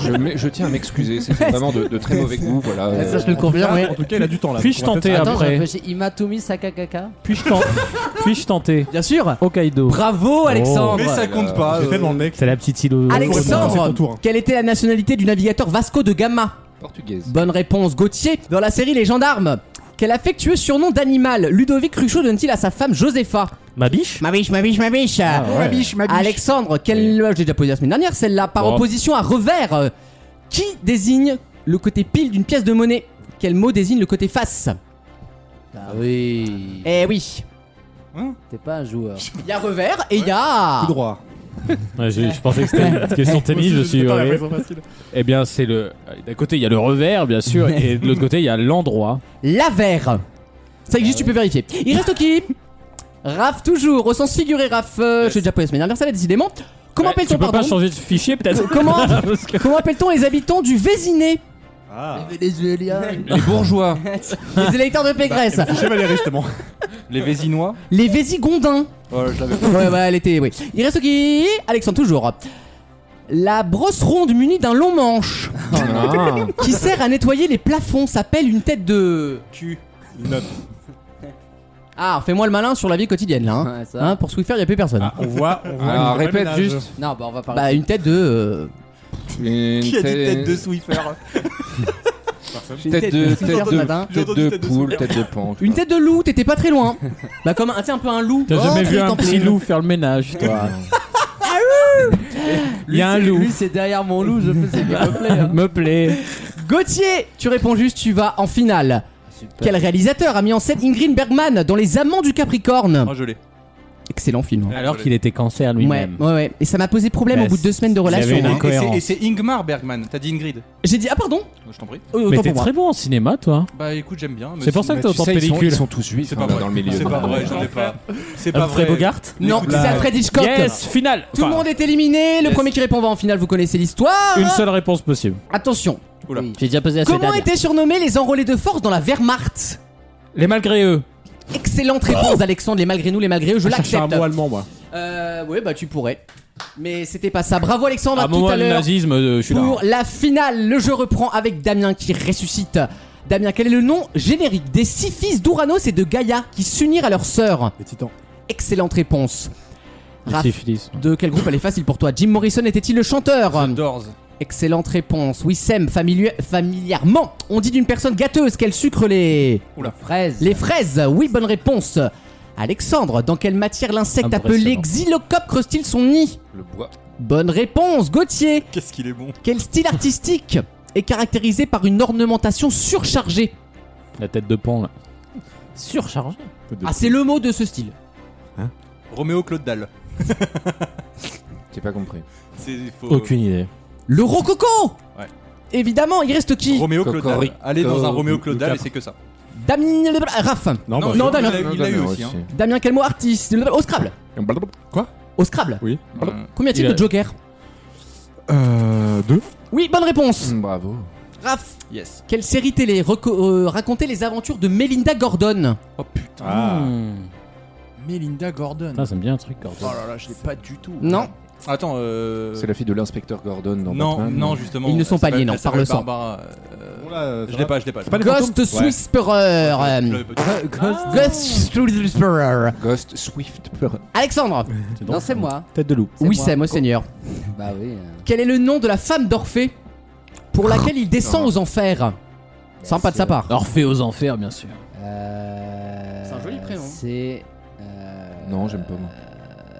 Je, mets- je tiens à m'excuser, c'est vraiment de, de très mauvais goût. Voilà. euh, Ah, Ça, je le confirme, oui. En tout cas, il a du temps là. Puis-je Donc, on va tenter faire ça. Attends, j'ai après réfléchi. Imatumi Sakakaka. Puis-je ten- Puis-je tenter Bien sûr Hokkaido. Bravo Alexandre Oh. Mais ça compte pas. J'ai euh, tellement C'est la petite île au- c'est ton tour, Alexandre, hein. quelle était la nationalité du navigateur Vasco de Gama Portugaise. Bonne réponse, Gauthier. Dans la série Les Gendarmes, quel affectueux surnom d'animal Ludovic Cruchot donne-t-il à sa femme Josepha Ma biche Ma biche, ma biche, ma biche. ouais. Ma biche, ma biche. Alexandre, quelle je l'ai déjà posé la semaine dernière, celle-là, par Oh. opposition à revers, euh, qui désigne le côté pile d'une pièce de monnaie Quel mot désigne le côté face Ah oui. Eh oui, T'es pas un joueur. il y a revers et il y a. Tout droit. Ouais, j'ai- je pensais que c'était une question tennis, je suis. ouais. Eh bien, c'est le. D'un côté, il y a le revers, bien sûr, et de l'autre côté, il y a l'endroit. L'avers. Ça existe, Ah tu peux vérifier. Il reste qui Raph toujours, au sens figuré Raph. Euh, Je l'ai déjà posé la semaine dernière, ça là décidément. Comment Ouais, appelle-t-on Tu peux pas pardon changer de fichier, peut-être Comment Parce que- Comment appelle-t-on les habitants du Vésiné Ah. Les bourgeois. Les électeurs de Pégresse Bah, Chez Valérie, justement. Les Vésinois Les Vésigondins Oh, Voilà, je l'avais pas. Ouais, ouais, elle était, oui. Il reste qui Alexandre, toujours. La brosse ronde munie d'un long manche Oh Ah. qui sert à nettoyer les plafonds s'appelle une tête de. Note. Ah, fais-moi le malin sur la vie quotidienne là. Hein, Ouais, ça. Hein, pour Swiffer, il a plus personne. Ah, on voit. On voit Alors, le répète ménage. juste. Non, bah on va parler. Bah, une tête de. euh, Une Qui a dit tête- tête de Swiffer Tête de, J'ai tête entendu de, matin. J'ai entendu tête de tête de poule, souris. tête de pan. Une tête de loup, t'étais pas très loin. bah, comme un, tu sais, un peu un loup. T'as jamais Oh, vu très un templé. petit loup faire le ménage, toi Il y a un Lui, c'est- loup. Lui, c'est derrière mon loup, je fais ses gameplays. hein. Me plaît. Gauthier, tu réponds juste, tu vas en Ah, finale. Quel réalisateur a mis en scène Ingrid Bergman dans Les Amants du Capricorne Moi, Oh, je l'ai. Excellent film. hein. Alors qu'il était cancer Ouais, lui-même. ouais, ouais. Et ça m'a posé problème Bah, au bout de deux semaines de il y avait relation. une hein. Et c'est- Cohérence. Et c'est Ingmar Bergman. T'as dit Ingrid. J'ai dit, ah pardon Je t'en prie. Euh, Mais autant t'es pour moi. très bon en cinéma, toi. Bah écoute, j'aime bien. mais C'est Ah, pour ça que t'as autant de pellicules. tous hein. suivis C'est pas vrai. dans le milieu. C'est pas vrai, j'en ai pas. C'est pas Alfred vrai. Bogart Non, Écoute, c'est là, Alfred Hitchcock. Yes, finale Tout le Enfin, monde est éliminé. Le premier qui répond va en finale. Vous connaissez l'histoire. Une seule réponse possible. Attention. Oula. Oui. J'ai déjà posé la Comment semaine étaient surnommés les enrôlés de force dans la Wehrmacht Les malgré eux. Excellente réponse, Alexandre. Les malgré nous, les malgré eux, je Bah. cherchais un l'accepte. mot allemand, moi. Euh, ouais, bah tu pourrais. Mais c'était pas ça. Bravo, Alexandre. À À un tout moment à du l'heure. nazisme, euh, je suis là. Pour la finale, le jeu reprend avec Damien qui ressuscite. Damien, quel est le nom générique des six fils d'Ouranos et de Gaïa qui s'unirent à leur sœur Les titans. Excellente réponse. Raph, Merci, Phyllis. de quel groupe elle est facile pour toi Jim Morrison était-il le chanteur The Doors. Excellente réponse. Wissem, familier- familièrement, on dit d'une personne gâteuse qu'elle sucre les... Oula. Fraise. les fraises. Oui, bonne réponse. Alexandre, dans quelle matière l'insecte appelé Impressionnant. xylocope creuse-t-il son nid Le bois. Bonne réponse, Gauthier. Qu'est-ce qu'il est bon. Quel style artistique est caractérisé par une ornementation surchargée hein. La tête de pan, là. surchargé. Ah, c'est le mot de ce style. Roméo Claude Dalle. J'ai pas compris. C'est faut- Aucune idée. Le rococo Ouais. Évidemment, il reste qui Roméo Claude Cocorico. Dalle. Allez dans un Roméo Claude Dalle et c'est que ça. Damien... Raph. Non, bah, il- non, il Damien. l'a- Il l'a eu aussi. hein. Damien, quel mot artiste Au Scrabble. Quoi Au Scrabble. Oui. Ah Mm. Combien y a Il a- de Joker Euh. Deux Oui, bonne réponse. Mm, Bravo. Raph, Yes. quelle série télé reco- euh, racontait les aventures de Melinda Gordon Oh putain. Hmm. Melinda Gordon. Ça, ça me dit un truc, Gordon. Oh là là, je l'ai pas du tout. Non. Attends, euh... C'est la fille de l'inspecteur Gordon dans Non, Batman. non, justement. Ils ne sont Elle pas liés, s'appelle- non, elle par le s'appelle sang. Barbara, euh, je l'ai pas, je l'ai pas. Ghost Whisperer. euh, Ghost Whisperer. Ghost Swift. Ah. Alexandre Non, c'est moi. Tête de loup. Oui, moi. c'est moi, Seigneur. Bah oui. Quel est le nom de la femme d'Orphée pour Ah. laquelle il descend aux enfers Sympa de sa part. Orphée aux enfers, bien sûr. C'est un joli prénom. euh, Euh, C'est Non, j'aime pas moi.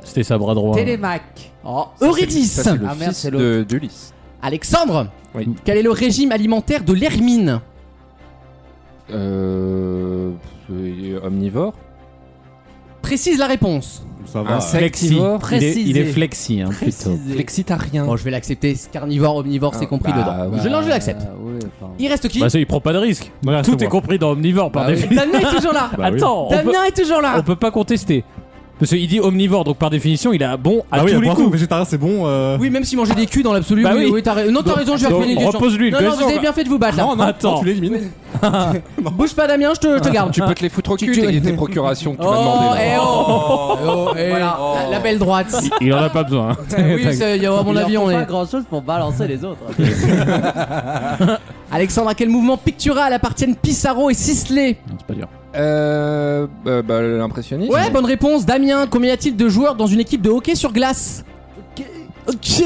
C'était sa bras Euh, droit. hein. Télémac. Oh, Eurydice. Ça, c'est le Ah, merde, fils c'est l'autre. de d'Ulysse. Alexandre Oui. Quel est le régime alimentaire de l'hermine Euh, il est omnivore. Précise la réponse. Ça va. Flexivore. Il est- il est flexi, hein, plutôt. Flexitarien. Bon, je vais l'accepter. c'est Carnivore, omnivore, c'est compris bah, dedans. bah, je l'en- je l'accepte. Il reste qui Bah, ça, il prend pas de risque. Tout est, compris dans Omnivore, par Bah oui. définition. Damien est toujours là. Bah oui. Attends, on Damien peut- est toujours là. On peut pas contester. Parce qu'il dit omnivore, donc par définition, il a bon à Ah oui, tous à les boire, coups. végétarien, c'est bon. euh, Oui, même si manger des culs dans l'absolu. Bah oui, oui. oui, t'as raison. Non, t'as Donc- raison, je vais donc, éliminer les gens. repose-lui, Non, le non, gazon, vous avez bah- bien fait de vous battre là. Non, Ah, non, Attends. tu l'élimines. Bouge pas, Damien, je te, je te garde. Tu peux te les foutre au cul, tu- les- tes procurations que tu m'as Oh, demandé. eh oh, Eh oh, eh, Voilà. la- la belle droite. Il en a pas besoin. hein. oui, c'est- il y a- à mon Ils leur avis, font on pas est- grand chose pour balancer les autres. Alexandre, à quel mouvement pictural appartiennent Pissarro et Sisley C'est pas dur. Euh, bah, bah, l'impressionnisme. Ouais, bonne réponse. Damien, combien y a-t-il de joueurs dans une équipe de hockey sur glace Ok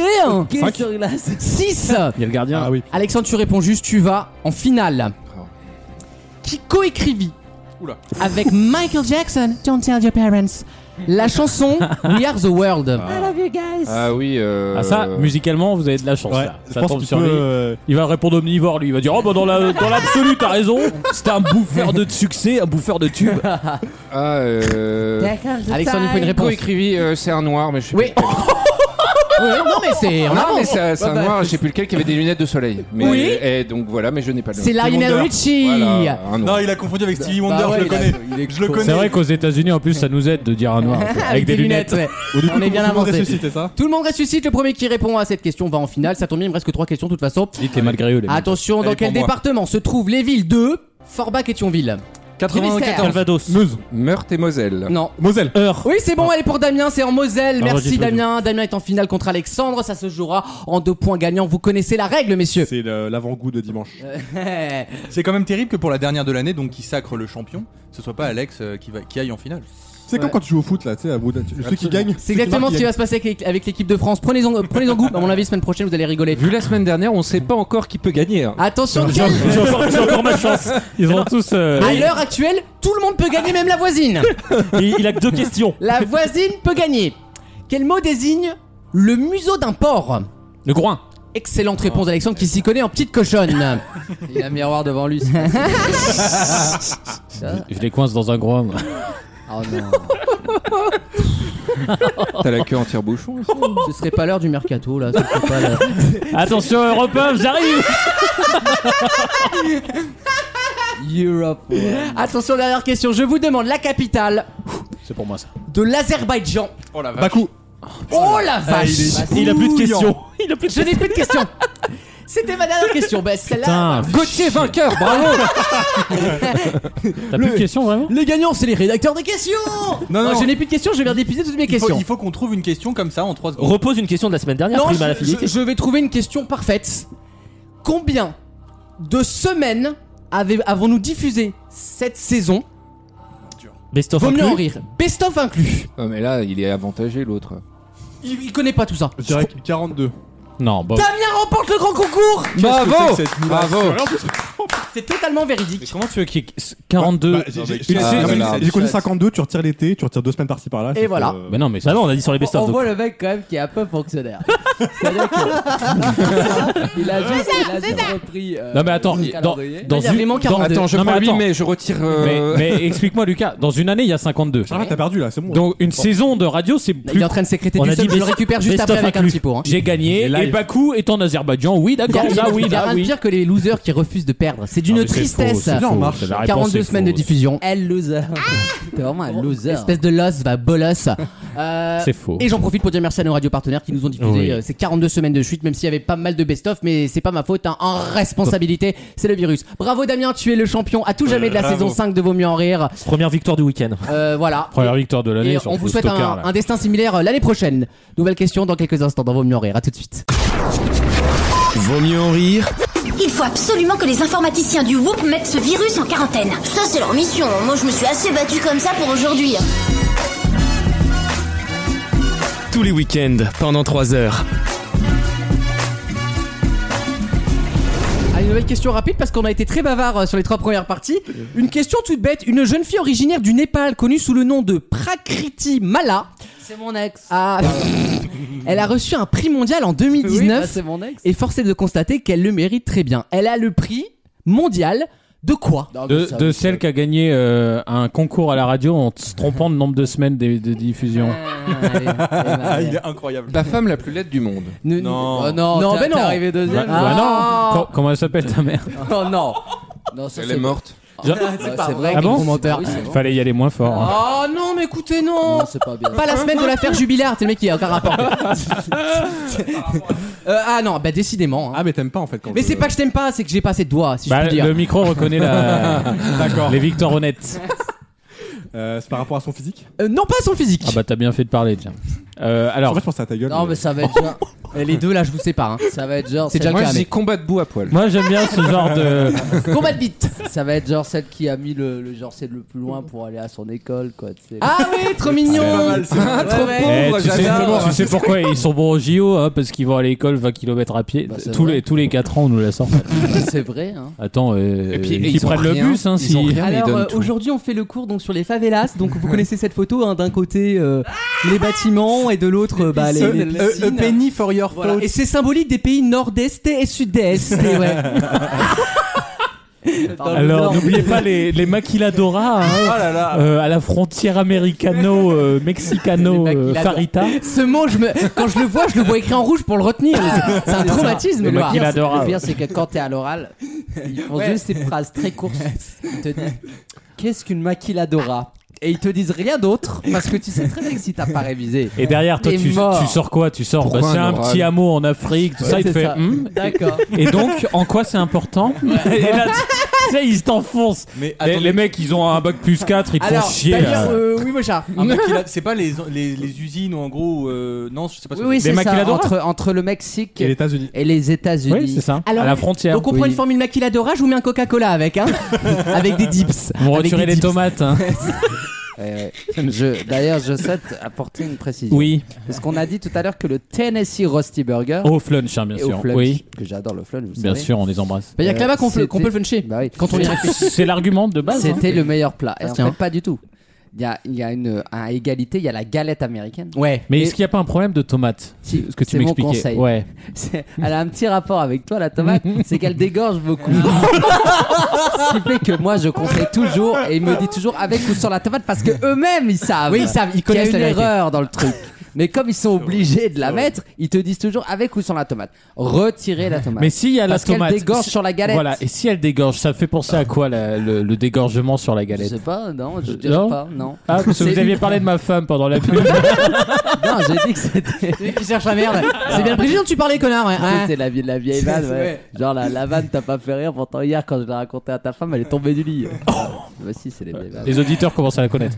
Cinq. sur glace. 6 Il y a le gardien. Ah oui. Alexandre, tu réponds juste, tu vas en finale. Qui coécrivit Oula. avec Michael Jackson, Don't Tell Your Parents, la chanson We Are the World love you guys. Ah oui. Euh... Ah, ça, musicalement, vous avez de la chance. Ouais, là. je Ça pense tombe qu'il sur peut, lui. euh, Il va répondre omnivore, lui. Il va dire Oh, bah, dans la- dans l'absolu, t'as raison. C'était un bouffeur de succès, un bouffeur de tube. Ah, euh... Alexandre, il faut une réponse. Coécrivi, euh, c'est un noir, mais je sais Oui. Oui, non, mais c'est. on Non, avance. mais c'est c'est un noir, je sais plus lequel, qui avait des lunettes de soleil. Mais, Oui. Et donc voilà, mais je n'ai pas le nom. C'est Lionel Richie. Voilà, un noir. Non, il a confondu avec oh. Stevie Bah Wonder, ouais, je le il a- connais. Je le C'est connais. vrai qu'aux États-Unis, en plus, ça nous aide de dire un Ah, noir. Avec, des lunettes. ouais. On est bien avancé. ressuscite, c'est ça Tout le monde ressuscite. Le premier qui répond à cette question va en finale. Ça tombe bien, il me reste que trois questions de toute façon. Dites les malgré eux, les mecs. Attention, Elle dans est quel pour moi. département se trouvent les villes de Forbach et Thionville 94. Calvados. Meuse. Meurthe et Moselle. Non. Moselle. Heure. Oui, c'est bon, elle est pour Damien, c'est en Moselle. Ah, Non, Merci dis-le, Damien. Damien est en finale contre Alexandre. Ça se jouera en deux points gagnants. Vous connaissez la règle, messieurs. C'est l'avant-goût de dimanche. C'est quand même terrible que pour la dernière de l'année, donc qui sacre le champion, ce soit pas Alex euh, qui, va, qui aille en finale. C'est comme quand tu joues au foot là, tu sais, à bout d'un- ceux qui Absolument. gagnent. C'est exactement ce qui va se passer avec- avec l'équipe de France. Prenez-en prenez goût. À mon avis, semaine prochaine, vous allez rigoler. Vu la semaine dernière, on sait pas encore qui peut gagner. hein. Attention, J'ai- quel- j'ai encore- J'ai encore ma chance. Ils ont tous. euh, À l'heure actuelle, tout le monde peut gagner, même la voisine. il, il a que deux questions. La voisine peut gagner. Quel mot désigne le museau d'un porc Le groin. Excellente réponse d'Alexandre qui s'y connaît en petite cochonne. Il a un miroir devant lui. Je les coince dans un groin. moi. Oh non. T'as la queue en tire-bouchon aussi Ce serait pas l'heure du mercato là. ce serait pas l'heure. Attention, Europe 1, j'arrive. Europe. Attention, dernière question. Je vous demande la capitale C'est pour moi ça. de l'Azerbaïdjan. Oh la Bakou. Oh la vache Bah, Ah, il, a plus de questions. Il a plus de Je n'ai plus de questions. C'était ma dernière question. Bah, celle-là. Putain, Gauthier vainqueur, bravo T'as plus de questions vraiment Les gagnants, c'est les rédacteurs des questions Non, Moi, non. Je n'ai plus de questions, je viens d'épuiser toutes mes Il faut, questions. il faut qu'on trouve une question comme ça en 3 secondes. Repose une question de la semaine dernière, Non, prime à la je, fidélité. je- je vais trouver une question parfaite. Combien de semaines avez- avons-nous diffusé cette saison Best of Vaut mieux en inclus. rire. Best of inclus. Ah, mais là, il est avantagé l'autre. Il, il connaît pas tout Oh. ça. Je dirais 42. Non, bah. Damien remporte le grand concours Bravo c'est que cette nouvelle Bravo C'est totalement véridique. Comment tu veux qu'il y ait 42 Bah, j'ai- j'ai- Tu j'ai- sais- Ah, j'ai- voilà. J'ai connu 52, tu retires l'été, tu retires deux semaines par-ci par-là. Et Euh, sauf voilà. que- Mais non, mais ça Bah non, on a dit sur les best On of. donc. voit le mec quand même qui est un peu fonctionnaire. C'est-à-dire que- il a juste, il a juste repris. euh, Non, mais attends, le dans- calendrier. dans Il y a une- vraiment dans- 42. Attends, je Non, mais prends lui, attends. mais je retire. Mais, euh, mais explique-moi, Lucas, dans une année, il y a 52. Charlotte, Ah, t'as perdu là, c'est bon. Donc, une saison de radio, c'est plus. Il est en train de sécréter On du a sol, dit je le best- récupère juste best après of avec un inclus. petit pot. hein. J'ai gagné, et Bakou est en Azerbaïdjan. Oui, Il y a- d'accord, il y a ça, oui, là, rien de oui. pire que les losers qui refusent de perdre. C'est d'une Non, mais c'est faux, tristesse. c'est faux, c'est la réponse, 42 c'est semaines Ah faux. de diffusion. Oh, Elle loser. T'es vraiment un loser. Espèce de los va bolos. Euh, C'est faux. Et j'en profite pour dire merci à nos radios partenaires qui nous ont diffusé Oui. euh, ces 42 semaines de suite, même s'il y avait pas mal de best-of, mais c'est pas ma faute, hein. en responsabilité, c'est le virus. Bravo Damien, tu es le champion Euh, à tout jamais de la Bravo. saison 5 de Vaut mieux en rire. Première victoire du week-end. Euh, voilà. Première victoire de l'année Et sur on vous ce souhaite stockard, un, là. un destin similaire euh, l'année prochaine. Nouvelle question dans quelques instants dans Vaut mieux en rire. À tout de suite. Vaut mieux en rire Il faut absolument que les informaticiens du WHOOP mettent ce virus en quarantaine. Ça, c'est leur mission. Moi, je me suis assez battu comme ça pour aujourd'hui. hein. tous les week-ends pendant 3 heures. Ah, une nouvelle question rapide parce qu'on a été très bavard euh, sur les trois premières parties. Une question toute bête. Une jeune fille originaire du Népal connue sous le nom de Prakriti Mala. C'est mon ex. a- elle a reçu un prix mondial en Ah, 2019 Oui, bah, c'est mon ex. et force est de constater qu'elle le mérite très bien. Elle a le prix mondial de quoi De, de celle qui a gagné euh, un concours à la radio en se trompant de nombre de semaines de, de diffusion. Euh. Ah, Il est incroyable. La femme la plus laide du monde. Non. Oh non, Non, t'es- ben non. t'es arrivé deuxième. Ouais, ouais, non. Ah. Co- comment elle s'appelle ta mère Oh non. non ça, Elle c'est- est morte. Oh. Genre- Ah, c'est pas vrai. Ah bon gros menteur. Oui, c'est vrai. Fallait y aller moins fort. hein. Oh non, mais écoutez, non C'est pas bien. Ah, Pas la semaine de l'affaire Jubilard, c'est le mec qui a aucun rapport. Euh, ah non, bah décidément. Ah mais t'aimes pas en fait quand Mais c'est pas que je t'aime pas, c'est que j'ai pas assez de doigts, si Bah, je puis dire. le micro reconnaît la... D'accord. les victoires honnêtes. Euh, c'est par rapport à son physique Euh, non, pas son physique. Ah bah t'as bien fait de parler, tiens. Euh, alors, En fait, je pensais à ta gueule. Non, mais ça va être genre. Et Euh, Les deux là, je vous sépare. hein. bah, Ça va être genre. C'est déjà le Moi, cas. je dis mec. combat de boue à poil. moi j'aime bien ce genre de... Combat de bite. Ça va être genre celle qui a mis le, le genre c'est le plus loin pour aller à son école quoi. tu sais. Ah oui, trop mignon. Ah, trop ouais. Eh, pauvre, tu, sais, Euh, j'adore. tu sais pourquoi ils sont bons au JO hein, Parce qu'ils vont à l'école 20 km à pied. Bah, c'est tous, vrai. les, tous les 4 ans, on nous la sort. c'est vrai. Hein. Attends, euh, Et puis, ils, ils ont prennent rien, le bus. Hein, ils si... ont rien. Alors donne euh, tout. aujourd'hui on fait le cours donc sur les favelas donc vous connaissez cette photo hein, d'un côté euh, les bâtiments et de l'autre euh, bah, les, les A piscines. penny for your Voilà. thoughts. Et c'est symbolique des pays nord-est et sud-est. et ouais. Alors, n'oubliez pas les, les maquiladora hein, Oh euh, à la frontière américano-mexicano Les euh, maquiladora. Farita. Ce mot, je me... quand je le vois, je le vois écrit en rouge pour le retenir. C'est un traumatisme. Le quoi. pire, c'est- adorable. le pire, c'est que quand t'es à l'oral, ils font Ouais. juste ces phrases très courtes. Ils te disent Qu'est-ce qu'une maquiladora Et ils te disent rien d'autre parce que tu sais très bien que si t'as pas révisé. Et derrière, toi, T'es tu, mort. tu sors quoi Tu sors bah, Pourquoi C'est un un oral petit hameau en Afrique, tout ça. Il te c'est fait. ça. hmm D'accord. Et donc, en quoi c'est important Et là, tu- tu sais, ils t'enfoncent. Mais Les, les mecs, ils ont un bac plus 4, ils te font Alors, chier. d'ailleurs, là. euh, oui, Mocha. Un maquila- C'est pas les, les, les usines ou en gros. euh, non, je sais pas ce Oui, que oui, c'est. c'est ça. maquiladoras Entre, entre le Mexique Et les États-Unis. et les États-Unis. Oui, c'est ça. Alors, à la frontière. Donc on prend Oui. une formule maquiladora, je vous mets un Coca-Cola avec, hein, avec des dips. Vous Avec retirez des les dips. tomates. hein. Ouais, ouais. Je- D'ailleurs, je souhaite apporter une précision. Oui. Parce qu'on a dit tout à l'heure que le Tennessee Roasty Burger Au flunch, hein, bien et au sûr. flunch, Oui, que j'adore le flunch, vous bien savez. sûr, on les embrasse. Il y a que Euh, là-bas qu'on peut, c'était- qu'on peut le funcher. Bah oui. Quand on y réfléchit. C'est l'argument de base. hein. C'était le meilleur plat. Et en Tiens. fait, pas du tout. Il y a, il y a une à égalité, il y a la galette américaine. Ouais. Mais Et- est-ce qu'il n'y a pas un problème de tomates Si, Ce que tu c'est mon m'expliquais. conseil. Ouais. C'est- Elle a un petit rapport avec toi, la tomate, c'est qu'elle dégorge beaucoup. Ce qui fait que moi, je conseille toujours, et il me dit toujours avec ou sans la tomate, parce que eux-mêmes, ils savent. Oui, ils savent, ils qu'il y a connaissent une la vérité. erreur dans le truc. Mais comme ils sont obligés de la mettre, ils te disent toujours avec ou sans la tomate. Retirez la tomate. Mais s'il y a la Parce qu'elle tomate. dégorge si- sur la galette. Voilà, et si elle dégorge, ça fait penser à quoi la- le, le dégorgement sur la Je galette sais pas, non, je dirais Non pas, non. Ah, parce que C'est- vous aviez parlé de ma femme pendant la pub. Non, j'ai dit que c'était. Celui qui cherche la merde. C'est bien le président dont tu parlais, connard. ouais. Ouais. Ah. C'est la vie de la vieille vanne, C'est- ouais. Genre la, la vanne t'as pas fait rire, pourtant hier quand je l'ai raconté à ta femme, elle est tombée du lit. Bah si, c'est les vieilles vannes. Les auditeurs commencent à la connaître.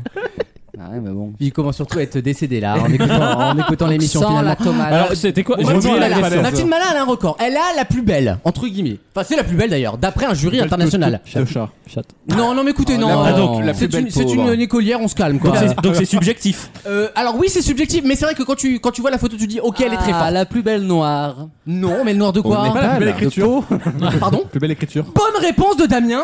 Ah ouais, mais bon. Il commence surtout à être décédé là en écoutant, en écoutant l'émission Sans finalement. la tomate. Alors, c'était quoi J'ai Mathilde oublié la Malin, question. Mathilde Malin, elle a un hein, record. Elle a la plus belle, entre guillemets. Enfin, c'est la plus belle d'ailleurs, d'après un jury international. Le chat. Chatte. Non, non, mais écoutez, non. la- euh, donc, la plus c'est belle une, c'est pauvre. une- une écolière, on se calme quoi. Donc c'est- Donc c'est subjectif. Euh, alors oui, c'est subjectif, mais c'est vrai que quand tu, quand tu vois la photo, tu dis ok, elle est très Ah, forte. la plus belle noire. Non, mais le noir de quoi Ah, Pas la plus belle écriture. Pardon Plus belle écriture. Bonne réponse de Damien.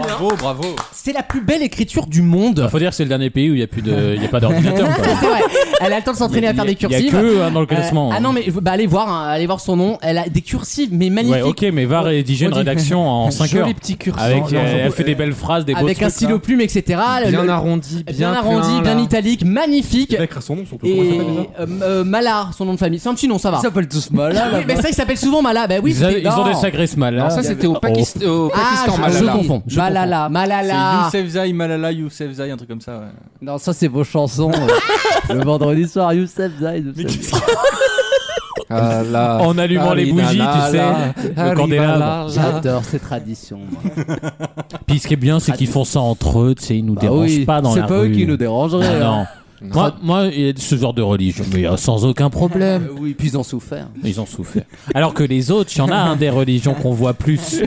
Bravo, bravo. C'est la plus belle écriture du monde. Bah, Faut dire que c'est le dernier pays où il n'y a plus de, il y a pas d'ordinateur. quoi. C'est vrai. Elle a le temps de s'entraîner à faire des Il y a cursives. que hein, dans le Euh, classement. ah non mais bah, allez voir hein, allez voir son nom elle a des cursives mais magnifiques Ouais, ok, mais va rédiger une On dit- rédaction en 5 heures. Joli petit curseur. Avec, Non, euh, j'en- elle fait des belles phrases, des beaux avec un trucs, hein. stylo là. plume etc Le- Bien arrondi, Euh, bien, bien arrondi plein, bien là. italique magnifique C'est écrire son nom, son et Comment il s'appelle déjà euh, euh, Mala son nom de famille c'est un petit nom ça va s'appelle tous mal mais ça ils s'appellent souvent Mala bah oui Ils, a- c'est- ils ont non. des sacrés hein. Oh. mal. Alors ça c'était au Pakistan, au Ah, Pakistan je- Malala. je confonds. Je Malala. confonds. Malala. C'est Yousefzai, Malala, Yousefzai, un truc comme ça. ouais. Non, ça c'est vos chansons. euh, le vendredi soir, Youssef Zaïd. Ah, là. En allumant Ah, les oui, bougies, là, tu là, sais, là. le candélabre. J'adore ces traditions. moi. Puis ce qui est bien, c'est qu'ils font ça entre eux, tu sais, ils nous Bah dérangent oui, pas dans c'est la pas eux rue. qui nous dérangeraient, Ah, hein. non. Moi, moi, il y a ce genre de religion, mais euh, sans aucun Ah, problème. bah Euh, oui, puis ils ont souffert. Ils ont souffert. Alors que les autres, il y en a un des religions qu'on voit plus.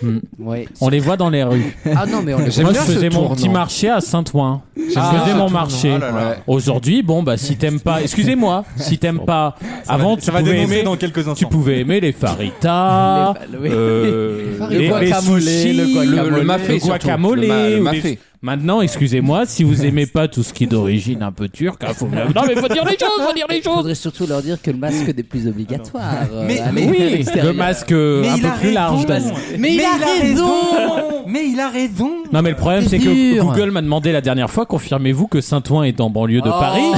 Hmm. Ouais. On les voit dans les rues. Ah non, mais on les voit Moi, je pas. faisais J'aime bien mon ce petit tournant. marché à Saint-Ouen. Je Ah, faisais ce mon tournant. marché. Ah là là. Aujourd'hui, bon, bah, si t'aimes pas, excusez-moi, si t'aimes pas, avant, tu ça va pouvais dénommer aimer, dans quelques instants. tu pouvais aimer les faritas, oui. euh, Les les, les guacamole, sushis, le guacamole. le, le mafé, Le surtout. guacamole, Le ma- le ou des- mafé. Maintenant, excusez-moi, si vous aimez pas tout ce qui est d'origine un peu turque, hein, faut me la- non mais faut dire les choses, faut dire les choses. Faudrait surtout leur dire que le masque n'est plus obligatoire. euh, Mais- à mais- l'extérieur. oui, le masque, euh, Mais un il peu a plus large. raison. Mais, Mais il a raison. Mais il a raison Non mais le problème C'est c'est que dur. Google m'a demandé la dernière fois, confirmez-vous que Saint-Ouen est en banlieue de Oh. Paris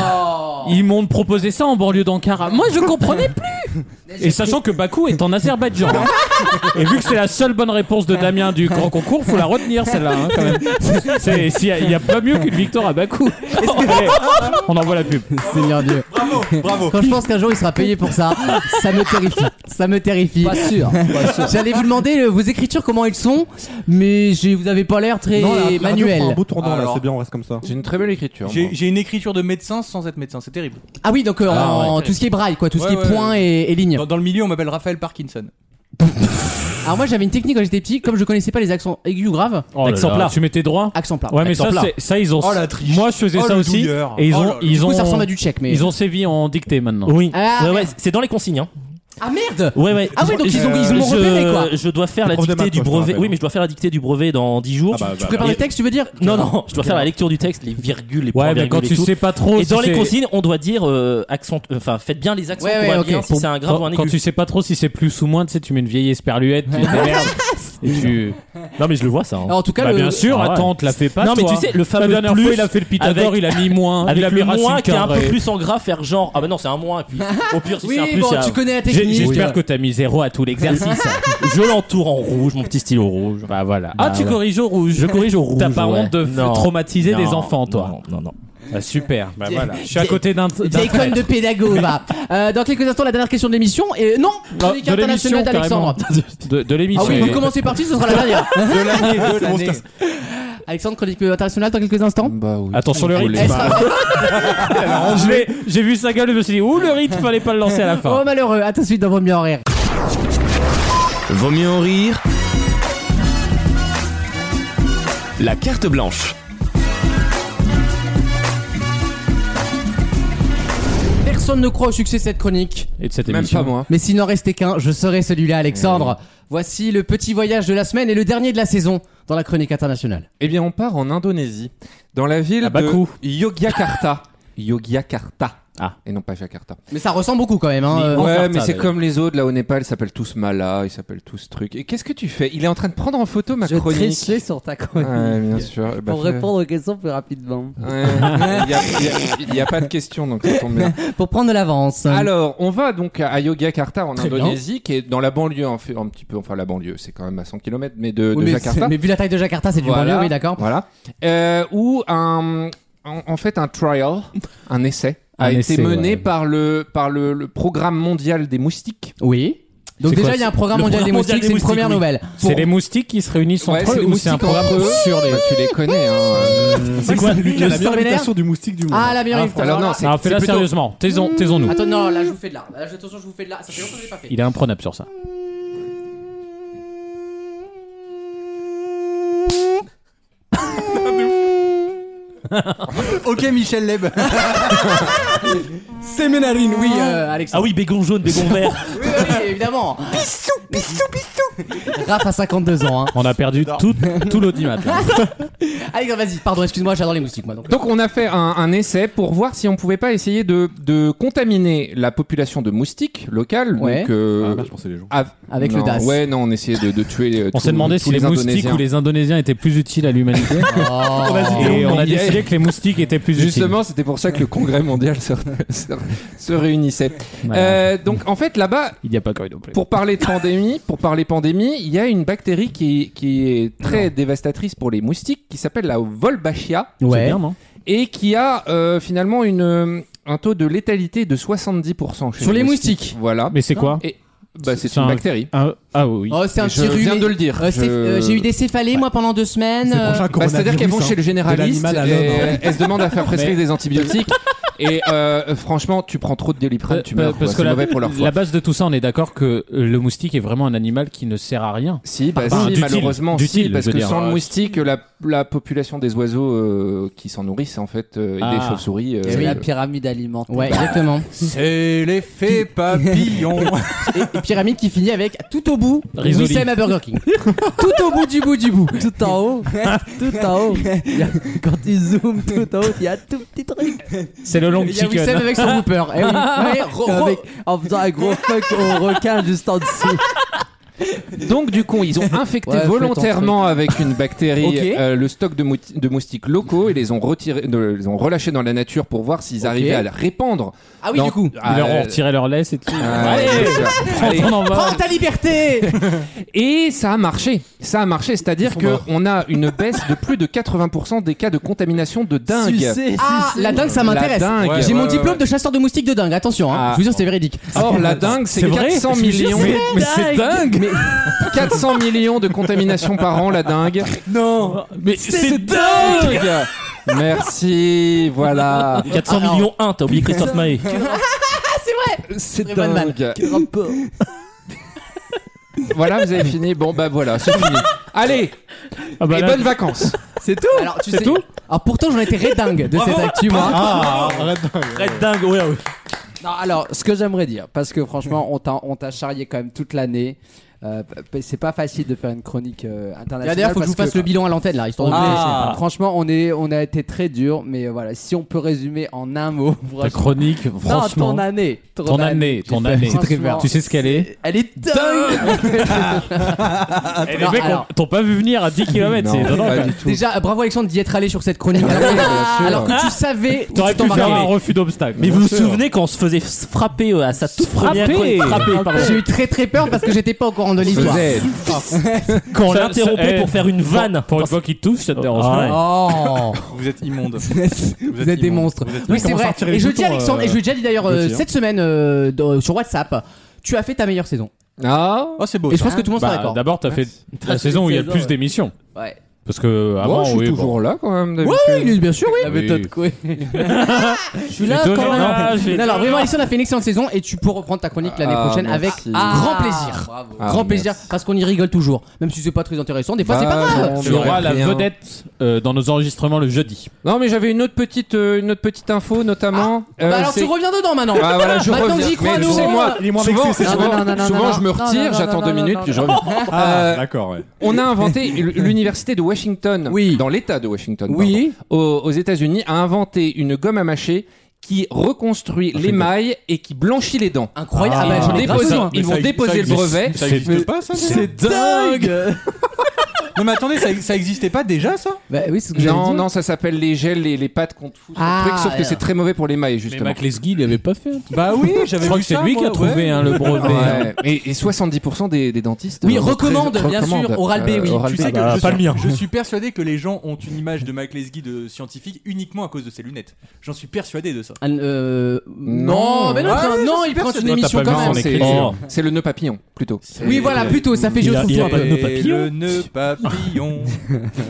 Ils m'ont proposé ça en banlieue d'Ankara. Moi je comprenais plus Et sachant que Bakou est en Azerbaïdjan. hein. Et vu que c'est la seule bonne réponse de Damien du grand concours, faut la retenir celle-là hein, quand même. C'est- s'il y a- Il n'y a, pas mieux qu'une victoire à Bakou. Allez, on envoie la pub. Seigneur Dieu. Bravo, bravo. Quand je pense qu'un jour il sera payé pour ça, ça me terrifie. Ça me terrifie. Pas sûr, pas sûr. J'allais vous demander euh, vos écritures comment elles sont, mais j'ai- vous avez pas l'air très Non, la- la radio manuel. prend un beau tournant, là, Alors. c'est bien, on reste comme ça. J'ai une très belle écriture. J'ai j'ai une écriture de médecin sans être médecin, c'est terrible. Ah oui, donc euh, Ah, en ouais. tout ce qui est braille, quoi, tout ce Ouais, qui ouais. est points et, et lignes. Dans, dans le milieu, on m'appelle Raphaël Parkinson. Alors moi j'avais une technique quand j'étais petit, comme je connaissais pas les accents aigus ou graves. Oh là là, Tu mettais droit Accent plat. Ouais, mais Accent ça, plat. c'est- ça, ils ont. Oh, la triche. Moi, je faisais Oh, ça le aussi. douilleur. Et ils Oh ont. là là. Ils Du ont coup, ça ressemble à du tchèque, mais- Ils ont sévi en dictée maintenant. Oui. Ah, ouais, ouais, merde. c'est dans les consignes. Hein. Ah merde Ouais, ouais. Ah oui, donc ils ont- ils m'ont je, repéré, quoi. Je dois faire la Le prof de dictée maths, du moi, je me brevet. rappelle. Oui, mais je dois faire la dictée du brevet dans 10 Ah jours. bah, Tu prépares Et- le texte, tu veux dire Non, non, je dois faire la lecture du texte, les virgules, les points mais virgules quand et tu tout. sais pas trop Et si dans les c'est- consignes, on doit dire euh, accent. euh, Enfin, faites bien les accents pour voir bien si Pour- c'est un grave quand, ou un aigu. quand tu sais pas trop si c'est plus ou moins, tu sais, tu mets une vieille esperluette, tu te démerdes, et tu. Non, mais je le vois ça. hein. Alors, en tout cas, Bah, le- bien sûr, attends, te la fais pas, Non, mais toi. tu sais, le La fameux. dernière plus fois, il a fait le pitador, avec- il a mis moins, Avec il a mis le racine moins qui est un peu carrée. plus en gras, faire genre. Ah, bah non, c'est un moins. Et puis, au pire, si Oui, c'est un plus. bon, c'est un- tu connais la J'ai- technique. J'espère Oui. que t'as mis zéro à tout l'exercice. je l'entoure en rouge, mon petit stylo rouge. Bah voilà. Ah, tu corriges au rouge. Je corrige au rouge. T'as pas ouais. honte de f- Non. traumatiser des Non, enfants, toi. Non, non. non. Ah, super. Bah Des- voilà. Je suis à des- côté d'un. d'un Des connes prêtre. de pédago, va. Euh, dans quelques instants, la dernière question de l'émission. Et non, Bah, Non, chronique internationale carrément. d'Alexandre. De, de l'émission. Ah oui, vous commencez par ci, ce sera la dernière. De l'année, de l'année. Alexandre, chronique internationale dans quelques instants. Bah. Attention le rythme. Elle sera- Je l'ai- J'ai vu sa gueule, je me suis dit, ouh le rythme, fallait pas le lancer à la fin. Oh malheureux, à tout de suite dans Vaut mieux en rire. Vaut mieux en rire. La carte blanche. Personne ne croit au succès de cette chronique. Et de cette Même émission. pas moi. Mais s'il n'en restait qu'un, je serai celui-là, Eh Alexandre. Voici le petit voyage de la semaine et le dernier de la saison dans la chronique internationale. Eh bien, on part en Indonésie, dans la ville de Bakou. Yogyakarta. Yogyakarta. Ah. Et non pas Jakarta. Mais ça ressemble beaucoup quand même. Hein, euh, ouais, Encarta, mais c'est d'ailleurs. comme les autres là au Népal, ils s'appellent tous Mala, ils s'appellent tous truc. Et qu'est-ce que tu fais Il est en train de prendre en photo ma Je chronique. trichais sur ta chronique. Ouais, bien sûr. Eh ben, Pour fais- répondre aux questions plus rapidement. Ouais. Il y a- il y a- il n'y a, pas de question donc ça tombe bien. Pour prendre de l'avance. Alors, on va donc à à Yogyakarta en Très bien. Indonésie, qui est dans la banlieue, en fait, un petit peu, enfin la banlieue, c'est quand même à 100 km, mais de, de Oui, mais, Jakarta. c'est- mais vu la taille de Jakarta, c'est du Voilà. banlieue, oui, d'accord. Voilà. Euh, où un, en, en fait un trial, un essai, a Un été essai, mené ouais. par le par le, le programme mondial des moustiques. Oui. Donc C'est déjà, quoi, il y a un c'est- programme le mondial des moustiques, programme mondial c'est une des première moustiques, oui. nouvelle. C'est les moustiques qui se réunissent Ouais, entre c'est eux les ou c'est un moustiques entre programme Ah, eux. sur les. Bah, tu les connais. Hein. C'est quoi Lui qui a la meilleure Stan Vénère imitation du moustique du monde. Ah, la meilleure imitation. Alors non, c'est Ah, fais-la c'est plutôt- Mmh. sérieusement, taisons- taisons-nous. Attends, non, là, je vous fais de l'art. Là, je- attention, je vous fais de l'art. Ça fait longtemps que j'ai pas fait. Il est imprenable sur ça. ok, Michel Leb. C'est Ménarine, oui, euh, Alexandre. Ah oui, bégon jaune, bégon vert. Oui, oui, oui, évidemment. Pissou, pissou, pissou. Raph a 52 ans. Hein. On a perdu tout, tout l'audimat. là. Alexandre, vas-y, pardon, excuse-moi, j'adore les moustiques, moi. Donc. Donc on a fait un, un essai pour voir si on pouvait pas essayer de, de contaminer la population de moustiques locales. Ouais. Donc, euh, Ah, merde, je pensais les gens. av- Avec le non, DAS. Ouais, non, on essayait de, de tuer. euh, On tous- s'est demandé tous si les, moustiques Indonésiens. ou les Indonésiens étaient plus utiles à l'humanité. Oh. Et on a Il y a- décidé que les moustiques étaient plus utiles. Justement, c'était pour ça que le Congrès mondial se, se- se réunissaient. Euh, donc en fait là-bas, Il n'y a pas que non plus. pour parler de pandémie, pour parler pandémie, il y a une bactérie qui, qui est très dévastatrice pour les moustiques, qui s'appelle la Wolbachia. Ouais. C'est bien, non Et qui a euh, finalement une, euh, un taux de létalité de 70% chez Sur les moustiques. Voilà. Mais c'est quoi Et- bah, C'est C'est une un- bactérie. un- ah oui. Oh, c'est un Je petit rhume. viens de le dire. Euh, c'est- Je- euh, J'ai eu des céphalées, moi, pendant deux semaines. euh, Bah, C'est-à-dire qu'elles vont hein. chez le généraliste De l'animal à et l'homme, hein. elles se demandent à faire prescrire Mais- des antibiotiques. Et euh, franchement, tu prends trop de doliprane, Oh, tu meurs. Parce quoi. que C'est la, mauvais pour leur la foie. base de tout ça, on est d'accord que euh, le moustique est vraiment un animal qui ne sert à rien. Si, bah, Enfin, si, d'utile, malheureusement, si, d'utile, je parce veux que dire. sans le moustique, la, la population des oiseaux euh, qui s'en nourrissent, en fait, euh, et des Ah. chauves-souris. euh, Eh C'est la euh, pyramide alimentaire. Ouais, exactement. C'est l'effet papillon. et, et pyramide qui finit avec tout au bout, Risoli. Wissem à Burger King. tout au bout du bout du bout. Tout en haut, tout en haut. Il y a- Quand tu zoomes tout en haut, il y a un tout petit truc. C'est le long Il y a Wissem avec son whooper. Eh oui. Ouais, ro- ro- Avec- en faisant un gros fuck au requin juste en dessous. Donc du coup, ils ont infecté Ouais, fais ton volontairement truc. avec une bactérie Ok. euh, le stock de, mouti- de moustiques locaux et les ont retirés, ne- les ont relâchés dans la nature pour voir s'ils arrivaient à la répandre. Ah oui, dans- du coup. Ah, Ils leur ont euh, retiré leur laisse et tout. Ah, Allez, c'est ça. prends Allez. ton envol. Prends ta liberté Et ça a marché. Ça a marché, c'est-à-dire que on a une baisse de plus de 80% des cas de contamination de dingue. Ah, la dingue, ça La m'intéresse. dingue. J'ai Ouais, mon ouais, diplôme ouais. de chasseur de moustiques de dingue. Attention, hein. Ah. je vous jure, c'est véridique. Or la dingue, c'est C'est vrai 400 Je vous jure, millions. c'est Mais c'est dingue. Mais 400 millions de contaminations par an, la dingue. Non Mais c'est dingue Merci, voilà. 400 Alors, millions 1, t'as oublié Christophe Maé. C'est Très bonne dingue. vanne. Voilà, vous avez fini. Bon, bah voilà, c'est fini. Allez bah Et là- bonnes vacances C'est tout Alors, tu C'est sais- tout Alors pourtant, j'en étais redingue de cette Bravo. actu, moi. Ah, Red dingue, ouais, ouais. Non, alors, ce que j'aimerais dire, parce que franchement, on t'a, on t'a charrié quand même toute l'année. Euh, p- p- c'est pas facile de faire une chronique euh, internationale. D'ailleurs, faut que je parce vous fasse le bilan à l'antenne, là, histoire de on vous est- laisser. Franchement, on, est, on a été très dur, mais euh, voilà, si on peut résumer en un mot. Ta franchement- chronique, franchement. Non, ton année. Ton année, ton J'ai fait- année. franchement, Tu sais ce qu'elle est Elle est dingue Et Non, Eh, les mecs ont- alors- t'ont pas vu venir à 10 km, c'est étonnant. quand même. Déjà, euh, bravo Alexandre d'y être allé sur cette chronique. Alors, que- alors que tu savais. où T'aurais tu pu faire t'embarquais. un refus d'obstacle. Mais vous vous souvenez quand on se faisait frapper euh, à sa toute première Frapper chronique Frapper, pardon. J'ai eu très très peur parce que j'étais pas au courant de l'histoire. faisait- Quand on Ça- l'interrompait ça- eh, pour faire une pour- vanne. Pour une fois qu'il te touche, ça te dérange Ah ouais. pas. Bah, Oh Vous êtes immonde. Vous êtes, des immonde. monstres. Vous êtes Oui, immonde. c'est Comment vrai. sortir Et les je dis boutons, Alexandre, euh, et je dis d'ailleurs euh, Gauthier, hein. cette semaine euh, dans- sur WhatsApp, tu as fait ta meilleure saison. Ah Oh, c'est beau. Et je ça. pense que tout le monde sera Bah, d'accord. D'abord, t'as fait la T'as saison fait où il y a une le saison, plus ouais. d'émissions. Ouais. Parce que avant, Moi, je suis oui, bon. toujours là quand même. Ouais, d'habitude. ouais, il est- bien sûr, oui. Ah, La méthode Coué. Je suis là quand même. là, j'ai Non, été alors là. vraiment, Alexandre a fait une excellente saison et tu peux reprendre ta chronique l'année Ah, prochaine avec merci. grand plaisir. Bravo. Ah, grand plaisir parce qu'on y rigole toujours, même si c'est pas très intéressant. Des fois, c'est Bah, pas grave. bon, Tu mais auras la rien. vedette euh, dans nos enregistrements le jeudi. Non, mais j'avais une autre petite, euh, une autre petite info, notamment. euh, Bah alors c'est- tu reviens dedans maintenant. Ah, voilà, je maintenant que reviens. j'y crois, Mais nous. tu sais, moi, Il est moins souvent, vexé, c'est souvent- sûr. Non, non, non, souvent, non, je me non, retire, non, j'attends non, deux non, minutes, non, puis je non. reviens. Euh, D'accord, ouais. On a inventé l- l'université de Washington, dans l'État de Washington, Oui. pardon, aux, aux États-Unis, a inventé une gomme à mâcher qui reconstruit l'émail et qui blanchit les dents. Incroyable. Ah, Ils bah, vont j'en ai déposer- grave besoin. ils vont déposer le brevet. Ça existe pas, ça déjà dingue. Non, mais attendez, ça, ça existait pas déjà, ça Bah oui, c'est ce que j'allais Non, dire. non, ça s'appelle les gels, les, les pâtes qu'on te fout sur le Ah, truc, sauf que alors. c'est très mauvais pour l'émail, Mais justement. Mac Lesguy, il avait pas fait. un truc. Bah oui, j'avais Je crois vu que c'est ça, lui moi, qui a trouvé ouais. hein, le brevet. hein. Ouais. Et, et 70% des, des dentistes. Oui, euh, recommandent, recommandent, bien sûr, euh, Oral-B, oui. Oral-B. Tu sais que bah, je, pas suis, le mien. je suis persuadé que les gens ont une image de Mac Lesguy de scientifique uniquement à cause de ses lunettes. J'en suis persuadé de ça. Ah, euh, non, Non. mais non, non, Ouais, ouais, non ça, il c'est prend une pas- Toi, Non, émission t'as pas quand mis même. en c'est- écriture. C'est le nœud papillon, plutôt. Oui, voilà, plutôt, ça fait je Il a- trouve il a toi un pas peu. de nœud papillon. Le nœud papillon.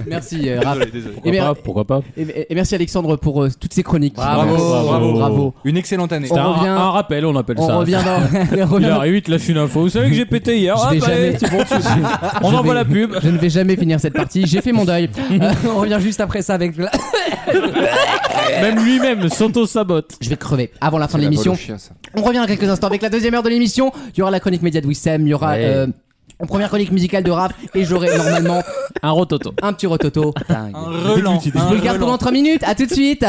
Merci, euh, Raph. désolé, Et désolé. Pourquoi mer- pas, pourquoi pas Et, et eh, merci Alexandre pour euh, toutes ces chroniques. Bravo, bravo, bravo. Une excellente année. C'est On un, revient- un rappel, on appelle On ça. revient dans. on Il revient dans- a 8, lâche une info. Vous savez que j'ai pété hier. Je vais Ah, allez, jamais- c'est bon, c'est- Je On vais- envoie la pub. Je ne vais jamais finir cette partie. J'ai fait mon deuil. Euh, on revient juste après ça avec. la- Même lui-même s'auto-sabote. Je vais crever avant la fin C'est de la l'émission. vole au chien, ça. On revient dans quelques instants avec la deuxième heure de l'émission. Il y aura la chronique média de Wissem. Il y aura. Ouais. euh, en première chronique musicale de Raph et j'aurai normalement Un rototo. un petit rototo. Un relan. Je vous le garde pendant 3 minutes, à tout de suite